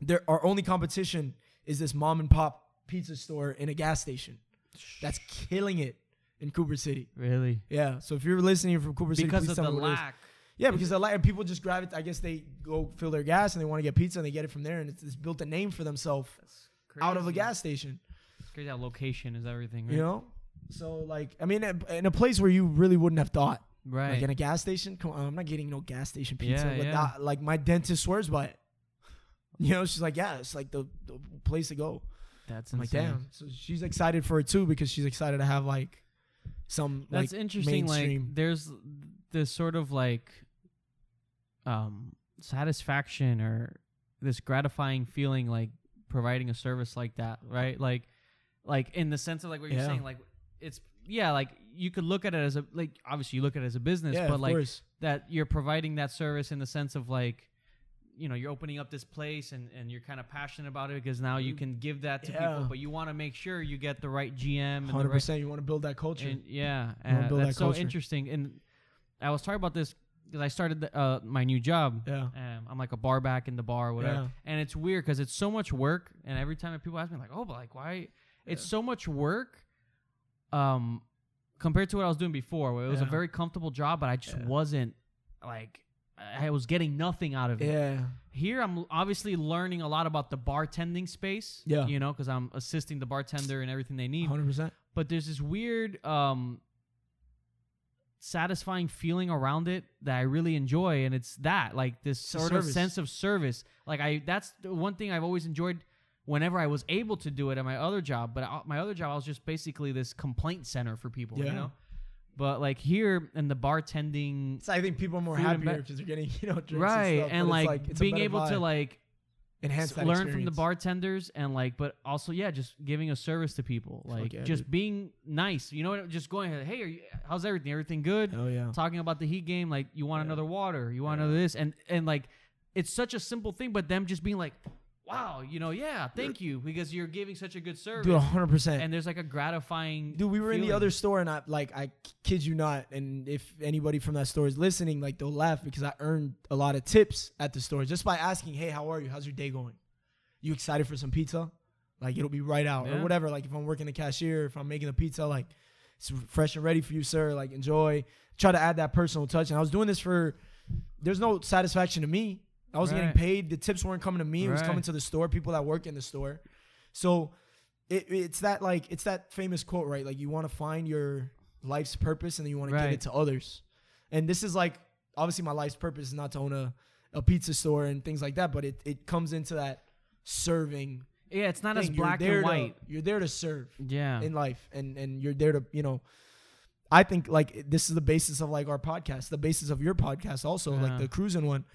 There, our only competition is this mom and pop pizza store in a gas station. That's killing it in Cooper City.
Really.
Yeah. So if you're listening from Cooper City,
Because
please
of
tell
the
me what it is.
lack.
Yeah, because a lot of people just grab it. I guess they go fill their gas and they want to get pizza and they get it from there, and it's, it's built a name for themselves
That's
out of a
crazy.
gas station.
It's crazy how location is everything. Right.
You know? So like, I mean, in a- in a place where you really wouldn't have thought,
Right.
like in a gas station. Come on, I'm not getting no gas station pizza.
Yeah,
but
yeah.
that- like my dentist swears by it. You know, she's like, yeah, it's like the, the place to go.
That's
I'm
insane.
like, damn. So she's excited for it too because she's excited to have like some
That's
like
interesting. Like
mainstream.
there's this sort of like um satisfaction or this gratifying feeling like providing a service like that, right? Like like in the sense of like what you're
Yeah.
saying, like it's yeah, like you could look at it as a like obviously you look at it as a business,
yeah,
but
of
like
course.
that you're providing that service in the sense of like you know you're opening up this place and, and you're kind of passionate about it because now you can give that to people
Mm. Yeah.
but you want to make sure you get the right gm and the
hundred
right
percent. You want to build that culture.
and- yeah,
You wanna
uh,
build
that's
that
so
culture.
interesting. And I was talking about this because I started the, uh, my new job.
yeah.
Um, I'm like a bar back in the bar, or whatever.
Yeah.
And it's weird because it's so much work. And every time people ask me, like, "Oh, but like, why?" It's so much work. Um, compared to what I was doing before, where it was a
Yeah.
very comfortable job, but I just
Yeah.
wasn't like I I was getting nothing out of it
Yeah.
here i'm l- obviously learning a lot about the bartending space
Yeah.
you know because i'm assisting the bartender and everything they need
Hundred percent.
but there's this weird um satisfying feeling around it that I really enjoy and it's that like this
a
sort of
service.
sense of service like I that's the one thing I've always enjoyed whenever I was able to do it at my other job but at my other job I was just basically this complaint center for people you
Yeah.
know but like here in the bartending
So I think people are more
Food and
happier
bev-
because they're getting you know drinks and,
right
stuff,
and,
but it's
like,
it's a
being
better
able to
vibe.
like
enhance
s-
that
learn from the
experience.
bartenders and like but also yeah just giving a service to people like
yeah,
just being nice you know what just going hey are you, how's everything everything good
Oh yeah.
talking about the heat game like you want another water you want another this and and like it's such a simple thing but them just being like wow you know yeah thank you because you're giving such a good service
Dude, hundred percent.
and there's like a gratifying
Dude, we were in the
feeling.
other store, and I like I kid you not. And if anybody from that store is listening, like they'll laugh because I earned a lot of tips at the store just by asking, "Hey, how are you? How's your day going? You excited for some pizza? Like it'll be right out
Yeah.
or whatever. Like if I'm working the cashier, if I'm making the pizza, like it's fresh and ready for you, sir. Like enjoy. Try to add that personal touch. And I was doing this for. There's no satisfaction to me. I wasn't
Right.
getting paid. The tips weren't coming to me. It was
Right.
coming to the store, people that work in the store. So it, it's that like it's that famous quote right like you want to find your life's purpose and then you want to
Right.
give it to others and this is like obviously my life's purpose is not to own a, a pizza store and things like that but it, it comes into that serving
yeah it's not as
thing. You're
black
there
and
to-
white
you're there to serve
yeah
in life and and you're there to you know i think like it- this is the basis of like our podcast the basis of your podcast also
Yeah.
like the cruising one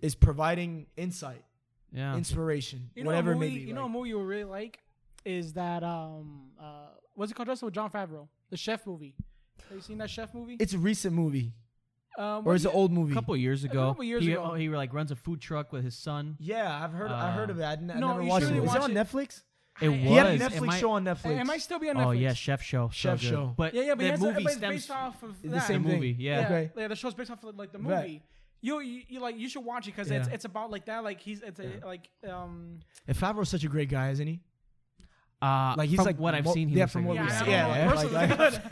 is providing insight
yeah
inspiration
You know,
whatever
a
it may
movie,
be
you know, a
like-
movie you would really like is that um uh what's it called? Just with John Favreau, the Chef movie. Have you seen that Chef movie?
it's a recent movie
um,
or
what
is
do
it
you-
old movie
a couple years ago
couple years
he,
ago.
oh, he like runs a food truck with his son
Yeah, I've heard. I heard
Uh,
of it. I n- I
no,
never
you
watched
should
it. Is it
watch
on
it.
Netflix?
it
He
He had a
was
Netflix
Am I-
show on Netflix.
It might still be on Netflix.
oh yeah chef show so
Chef
good.
Show.
but
yeah, yeah, but
that
it's,
movie
it's
stems
based off of
The
that.
the
same thing.
movie yeah,
Yeah,
Okay.
yeah, the show's based off of like the movie.
Right.
You, you you like you should watch it because it's
Yeah.
it's about like that. Like he's it's a,
Yeah.
like um
And Favreau's such a great guy, isn't he?
Uh,
Like he's
from
like
what I've
mo-
seen. He
Yeah,
looks
from
like
what
a
we've
yeah,
good
seen.
guy.
yeah,
Yeah,
personally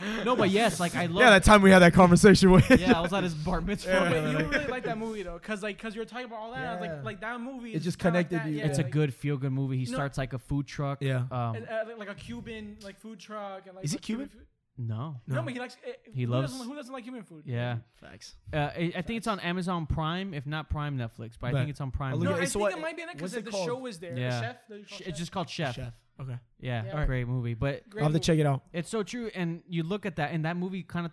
like-
*laughs*
good.
No, but yes, like I love.
*laughs* Yeah, that time we had that conversation
*laughs*
with. *laughs*
yeah, I was at his bar mitzvah.
*laughs* No, but you would really like that movie though, because like because you're talking about all that. I was
Yeah.
like like that movie.
It
is
just
kinda like
connected
that,
you.
*laughs*
yeah,
It's a
like-
good feel-good movie. He
No.
starts like a food truck.
Yeah.
Um,
and, uh, like a uh, Cuban like food truck and like
Is he
what Cuban
Cuban?
food-
No.
No,
No.
but he likes. eh,
He
who
loves-
Doesn't, who doesn't like human food?
Yeah.
Facts.
Uh, I, I think it's on Amazon Prime, if not Prime Netflix, but I
Bet.
think it's on Prime.
I'll look
No,
at
Netflix.
I
so
think
what-
it might be in it because
what's
the,
it
the
called?
show was there.
Yeah.
The chef. The
Sh- it's just called Chef.
Okay.
Yeah,
Yeah.
Alright.
great movie. But
Great
I'll have to
movie.
check it out.
it's so true. And you look at that, and that movie kind of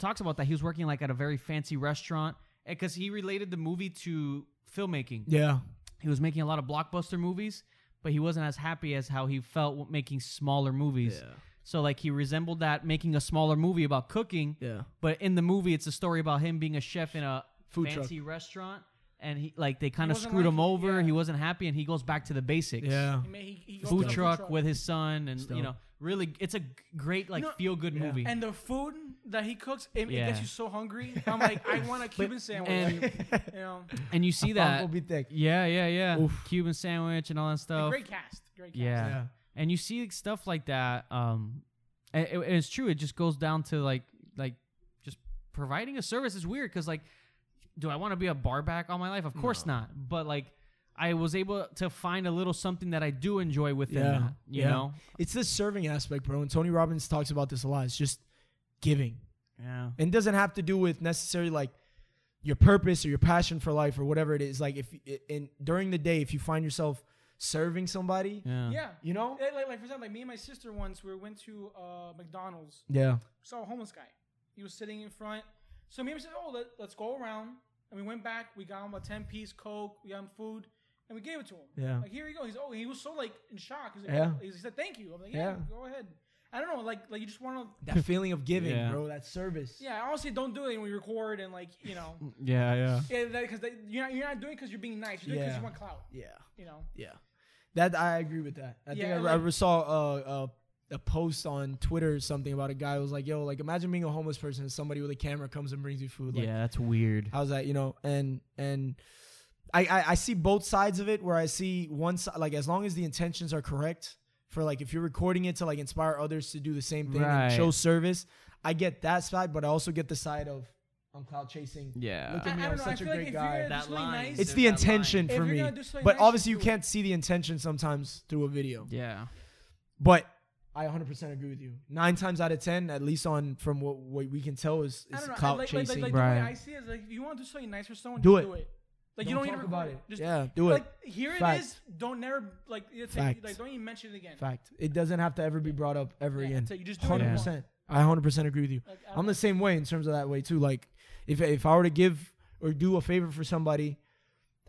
talks about that. He was working like at a very fancy restaurant because he related the movie to filmmaking.
Yeah.
He was making a lot of blockbuster movies, but he wasn't as happy as how he felt w- making smaller movies. So like he resembled that making a smaller movie about cooking,
Yeah.
but in the movie it's a story about him being a chef in a
Food truck.
fancy restaurant. And he like they kind of
wasn't
screwed him
liking it,
over.
yeah.
He wasn't happy, and he goes back to the basics
Yeah.
He may- he- he goes to
food
the
truck, with his son, and
Stone.
you know, really, it's a g- great like
No,
feel good
yeah.
movie.
And the food that he cooks, it, it
Yeah.
gets you so hungry. I'm like, I want a Cuban sandwich. *laughs* you know,
And you see that,
will be thick.
yeah, yeah, yeah,
Oof.
Cuban sandwich and all that
a
stuff.
great cast. Great cast.
Yeah. And you see stuff like that. Um, and it- and it's true. It just goes down to like like just providing a service is weird because like, do I want to be a bar back all my life? Of course
No.
not. But like. I was able to find a little something that I do enjoy within
Yeah.
that, you
Yeah.
know?
It's the serving aspect, bro. And Tony Robbins talks about this a lot. It's just giving.
Yeah.
And it doesn't have to do with necessarily like your purpose or your passion for life or whatever it is. Like if in during the day, if you find yourself serving somebody,
Yeah.
Yeah. Eh,
you know?
Like, like, like, for example, like me and my sister once, we went to uh, McDonald's,
Yeah.
saw a homeless guy. He was sitting in front. So me and my sister, oh, let, let's go around. And we went back. We got him a 10 piece Coke. We got him food. And we gave it to him.
Yeah.
Like, here you go. He's, oh, he was so like in shock. He's like,
Yeah.
oh, he said, thank you. I'm like, yeah,
Yeah.
go ahead. I don't know. Like, like you just want to.
That feeling of giving,
Yeah.
bro. That service.
Yeah, honestly, don't do it when we record and like
*laughs*
you know,
Yeah, yeah.
yeah, because you're not you're not doing because you're being nice. You're doing because
Yeah.
you want clout.
Yeah.
You know,
Yeah, that I agree with that. I
Yeah,
think I,
like-
I saw a, a a post on Twitter or something about a guy who was like, "Yo, like imagine being a homeless person and somebody with a camera comes and brings you food." Like,
yeah, that's weird.
how's that? You know, and and I, I I see both sides of it where I see one side like as long as the intentions are correct for like if you're recording it to like inspire others to do the same thing
Right.
and show service, I get that side, but I also get the side of I'm cloud chasing.
Yeah.
Look at
I-
me,
I
I'm
don't know, I
such a
feel like
great
if you're
guy.
gonna do
That
something
line.
nice-
It's
There's
the
that line.
intention
If
for
you're
me.
gonna do something
But
nice,
obviously, you
do it.
can't see the intention sometimes through a video.
Yeah.
But I 100% agree with you. Nine times out of 10, at least on from what, what we can tell, is,
I
is
don't know. I-
clout
like, like-
chasing.
Like, like, the
Right.
way I see it is like if you want to do something nice for someone,
Do
just
it.
do it. Like you don't even
talk
record
about
it.
it.
Just
yeah, do it.
like here
Fact.
it is. Don't never like it's
Fact.
like, like don't even mention it again.
Fact. It doesn't have to ever be brought up ever
Yeah,
again.
so you just do it
Oh, Yeah.
Hundred
once.
percent. I hundred percent agree with you.
Like, I don't
I'm
know.
the same way in terms of that way too. Like, if if I were to give or do a favor for somebody,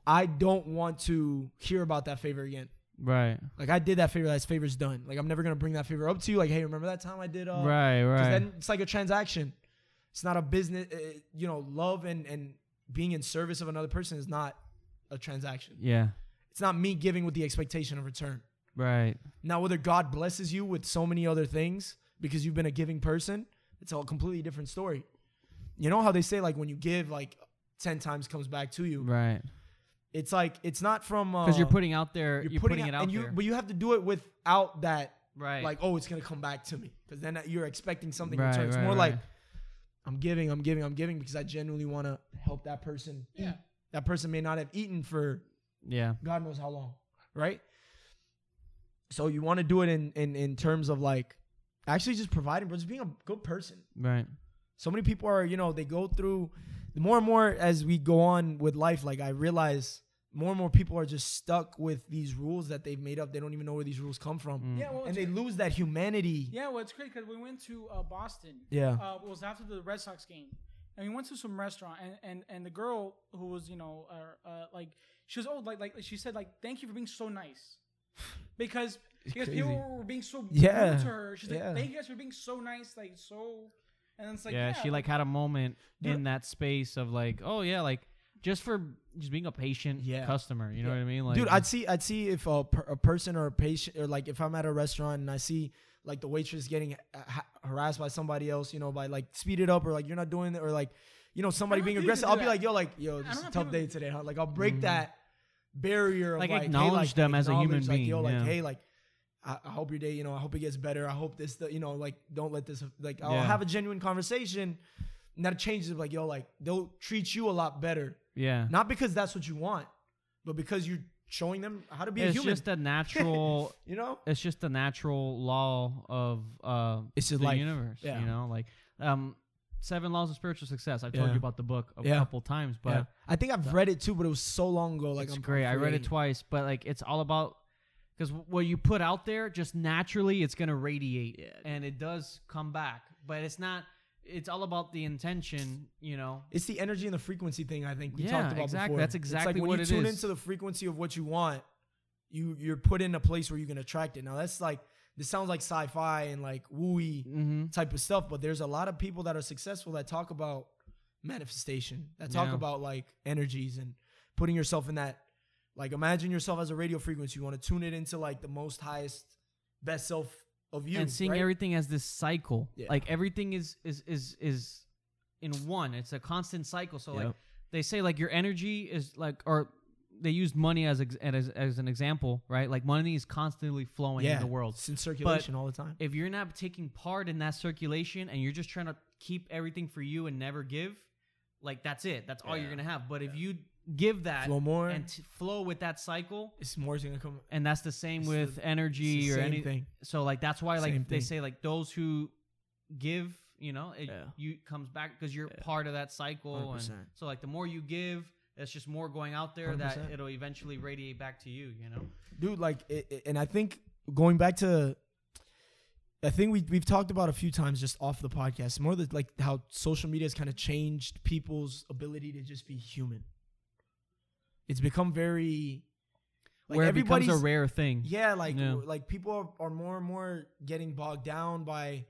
I don't want to hear about that favor again.
Right.
Like I did that favor, that favor's done. Like I'm never gonna bring that favor up to you. Like, hey, remember that time I did? Uh,
right.
Because
Right.
then it's like a transaction. It's not a business. Uh, you know, love and and being in service of another person is not a transaction.
yeah.
It's not me giving with the expectation of return.
Right.
Now, whether God blesses you with so many other things because you've been a giving person, it's a completely different story. You know how they say like when you give, like ten times comes back to you.
Right.
It's like it's not from
Because
because
you're putting out there. You're,
Uh, you're,
putting, it
out-
out
and
there.
you, but you have to do it without that
right.
like oh it's gonna come back to me because then you're expecting something in
Right,
return. It's
right,
more
right.
like I'm giving, I'm giving, I'm giving because I genuinely want to help that person.
Yeah.
eat. That person may not have eaten for
yeah.
God knows how long, right? So you want to do it in in in terms of like actually just providing, but just being a good person.
Right.
So many people are, you know, they go through more and more as we go on with life. Like I realize more and more people are just stuck with these rules that they've made up. They don't even know where these rules come from,
Mm.
yeah, well,
and
it's,
they lose that humanity.
yeah, well, it's great because we went to uh, Boston.
Yeah.
Uh, it was after the Red Sox game, and we went to some restaurant, and and, and the girl who was you know uh, uh, like she was old, like like she said like thank you for being so nice, because because
crazy.
people were being so
Yeah.
rude to her. She's
Yeah.
like thank you guys for being so nice, like so, and it's like
yeah,
yeah,
She like had a moment
Dude.
in that space of like, oh yeah, like just for just being a patient
Yeah.
customer. You know
Yeah.
what I mean? Like,
Dude, I'd see I'd see if a, per, a person or a patient or like if I'm at a restaurant and I see like the waitress getting ha- ha- harassed by somebody else, you know, by like speed it up or like you're not doing it or like you know somebody
don't
being
think you
aggressive.
can do
I'll be
that.
like, yo, like yo,
don't
this is a
know if
tough
people-
day today, huh? Like I'll break that barrier
Mm-hmm.
of
Like,
like, hey,
acknowledge
like,
them as a human
acknowledge, like,
being,
Yo, like
yeah.
hey, like I, I hope your day, you know, I hope it gets better. I hope this, you know, like don't let this like I'll
Yeah.
have a genuine conversation. And that changes like yo, like they'll treat you a lot better
yeah.
not because that's what you want, but because you're showing them how to be
It's
a human.
just
*laughs*
a natural.
you know,
it's just the natural law of uh,
It's just
the
life.
universe.
Yeah.
You know, like um, seven laws of spiritual success. I've told
Yeah.
you about the book a
Yeah.
couple times, but
yeah. I think I've read it too, but it was so long ago. Like
it's
I'm
great. I read it
forgetting.
twice, but like it's all about because what you put out there just naturally it's gonna radiate and it does come back, but it's not. It's all about the intention, you know.
It's the energy and the frequency thing. I think we
Yeah,
talked about
exact-
before.
that's
it's
exactly
like when
what
you
it
tune
is.
into the frequency of what you want, you you're put in a place where you can attract it. Now that's like this sounds like sci-fi and like wooey
Mm-hmm.
type of stuff, but there's a lot of people that are successful that talk about manifestation, that talk
Yeah.
about like energies and putting yourself in that. Like imagine yourself as a radio frequency. You want to tune it into like the most highest, best self of you.
and seeing
right?
everything as this cycle
Yeah.
like everything is is is is in one it's a constant cycle so
Yeah.
like they say like your energy is like or they used money as, ex- as as an example right like money is constantly flowing
yeah,
in the world
it's in circulation all the time.
if you're not taking part in that circulation and you're just trying to keep everything for you and never give like that's it that's all you're
Yeah.
gonna have but if you give that
Flow more.
and t- flow with that cycle
it's more is gonna come.
and that's the same
It's
with energy
it's the
or
same
anything
thing.
so like that's why
Same
like they
thing.
say like those who give, you know, it
Yeah.
you comes back because you're
Yeah.
part of that cycle. And
100%.
so like the more you give, it's just more going out there that
100%.
it'll eventually radiate back to you. You know,
dude like it, it- and i think going back to i think we, we've talked about a few times just off the podcast more that like how social media has kind of changed people's ability to just be human it's become very like
where it becomes
everybody's
a rare thing.
yeah like
Yeah.
like people are, are more and more getting bogged down by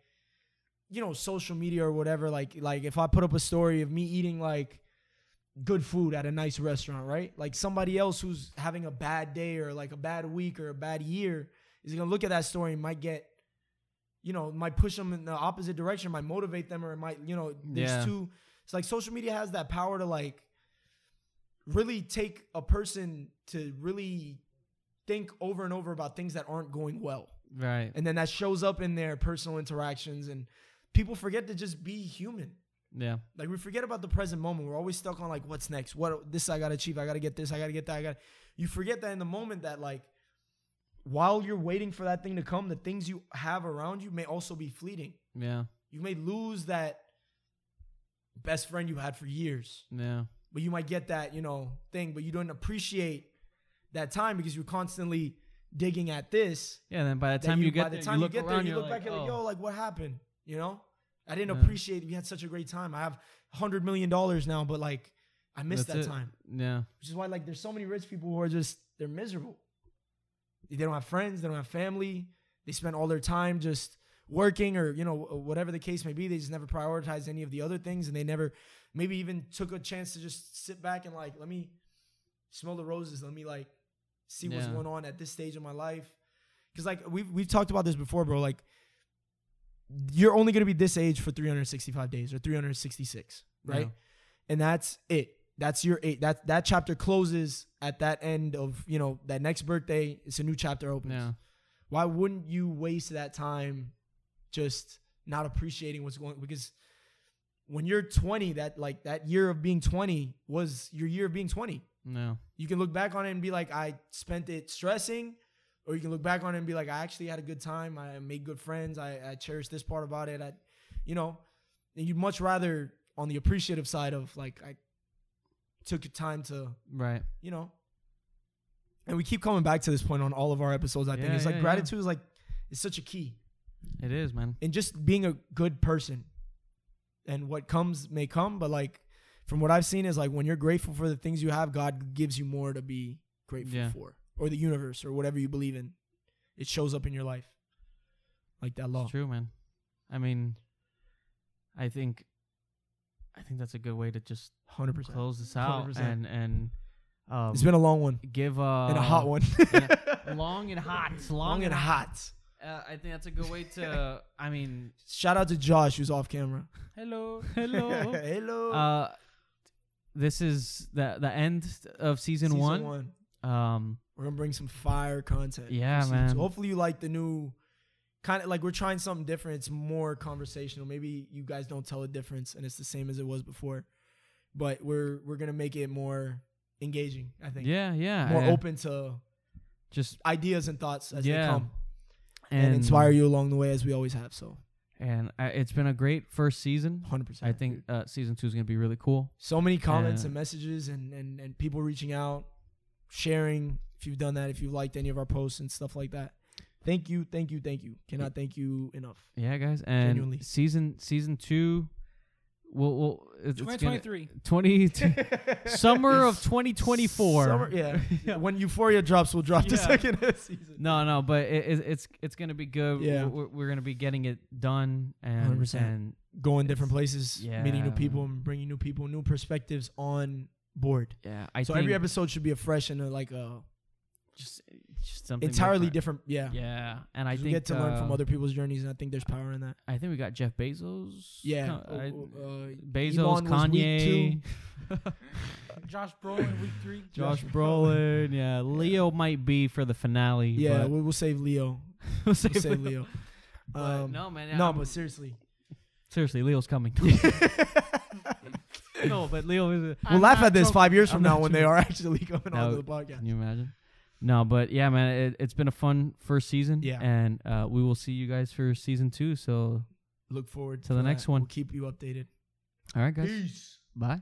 you know social media or whatever like like if i put up a story of me eating like good food at a nice restaurant right like somebody else who's having a bad day or like a bad week or a bad year is gonna look at that story and might get you know might push them in the opposite direction might motivate them or it might you know there's
Yeah.
two it's like social media has that power to like really take a person to really think over and over about things that aren't going well.
Right.
And then that shows up in their personal interactions and people forget to just be human.
Yeah.
Like we forget about the present moment. We're always stuck on like what's next? What this I got to achieve. I got to get this. I got to get that. I got to You forget that in the moment that like while you're waiting for that thing to come, the things you have around you may also be fleeting.
Yeah.
You may lose that best friend you had for years
Yeah.
but you might get that you know thing but you don't appreciate that time because you're constantly digging at this
Yeah. And then by the
that
time you,
by
get
the
there,
time
you
you,
look
get
around,
there you
you're
look
like,
back you're like
"Oh."
yo like what happened you know i didn't
Yeah.
appreciate we had such a great time i have 100 million dollars now but like i missed
That's
that
it.
time
Yeah.
which is why like there's so many rich people who are just they're miserable they don't have friends they don't have family they spend all their time just working or you know wh- whatever the case may be they just never prioritize any of the other things and they never maybe even took a chance to just sit back and like let me smell the roses let me like see what's
Yeah.
going on at this stage of my life because like we've, we've talked about this before bro like you're only going to be this age for 365 days or 366 right
Yeah.
and that's it that's your eight that that chapter closes at that end of you know that next birthday it's a new chapter opens
Yeah.
why wouldn't you waste that time just not appreciating what's going because when you're 20 that like that year of being 20 was your year of being 20
No.
you can look back on it and be like i spent it stressing or you can look back on it and be like i actually had a good time i made good friends i, I cherish this part about it i you know and you'd much rather on the appreciative side of like i took time to
Right.
you know and we keep coming back to this point on all of our episodes i think
Yeah,
it's like
yeah, yeah.
gratitude is like it's such a key
It is, man.
and just being a good person and what comes may come but like from what i've seen is like when you're grateful for the things you have god gives you more to be grateful
Yeah.
for or the universe or whatever you believe in it shows up in your life like that law
It's true, man. I mean, I think, I think that's a good way to just
100%
close this out
100%.
and and um,
it's been a long one
give a
and a hot one
long and Uh, *laughs* hot, long,
long and hot
Uh, I think that's a good way
*laughs*
to. I mean,
shout out to josh who's off camera
Hello.
hello.
*laughs* hello
Oh, *laughs* uh, this is the the end of season,
Season
one. Um,
We're gonna bring some fire content. for
Yeah,
season two.
man.
Hopefully you like the new kind of like we're trying something different. It's more conversational. Maybe you guys don't tell a difference and it's the same as it was before. But we're we're gonna make it more engaging. I think
Yeah, yeah.
more
I-
open to
Just
ideas and thoughts as
Yeah.
they come
and,
and, inspire you along the way as we always have. So
And I, it's been a great first season.
100. percent
I think uh, season two is gonna be really cool.
so many comments
Yeah.
and messages and, and and people reaching out, sharing. If you've done that, if you liked any of our posts and stuff like that, thank you, thank you, thank you. Cannot thank you enough.
Yeah, guys. And
Genuinely.
season season two. We'll, we'll it's, it's gonna,
*laughs*
2023.
20 summer of 2024.
Summer- *laughs* yeah. When Euphoria drops, we'll drop the
Yeah.
second season.
*laughs* No, no, but it, it, it's it's gonna be good.
Yeah.
we're, we're gonna be getting it done and
100%.
and
Going different places, meeting new
yeah.
people, and bringing new people, new perspectives on board.
yeah. I
so
think
every episode should be a fresh and a, like a
just, just something
entirely different. Yeah.
different. Yeah, and I
You
think
get to learn from
uh,
other people's journeys, and I think there's power in that.
I think we got Jeff Bezos.
Yeah.
Co- I-
Uh,
Bezos,
Elon was weak
Kanye,
Josh Brolin week three.
Josh Brolin. Yeah, Leo might be for the finale.
Yeah,
*laughs* but
we, we'll save Leo.
we'll
We'll
save
save
Leo.
Leo.
But
Um,
no, man.
no,
I'm-
but seriously,
seriously, Leo's *laughs* coming. *laughs* no, but Leo is.
we'll laugh
not
at this
joking.
five years
I'm
from
not
now when they
joking.
are actually *laughs* coming
No.
onto the podcast.
Can you imagine? No, but yeah, man, it, it's been a fun first season.
Yeah.
And uh, we will see you guys for season two. So,
Look forward
To the
for
next
that.
one.
We'll keep you updated.
all right, guys.
Peace.
Bye.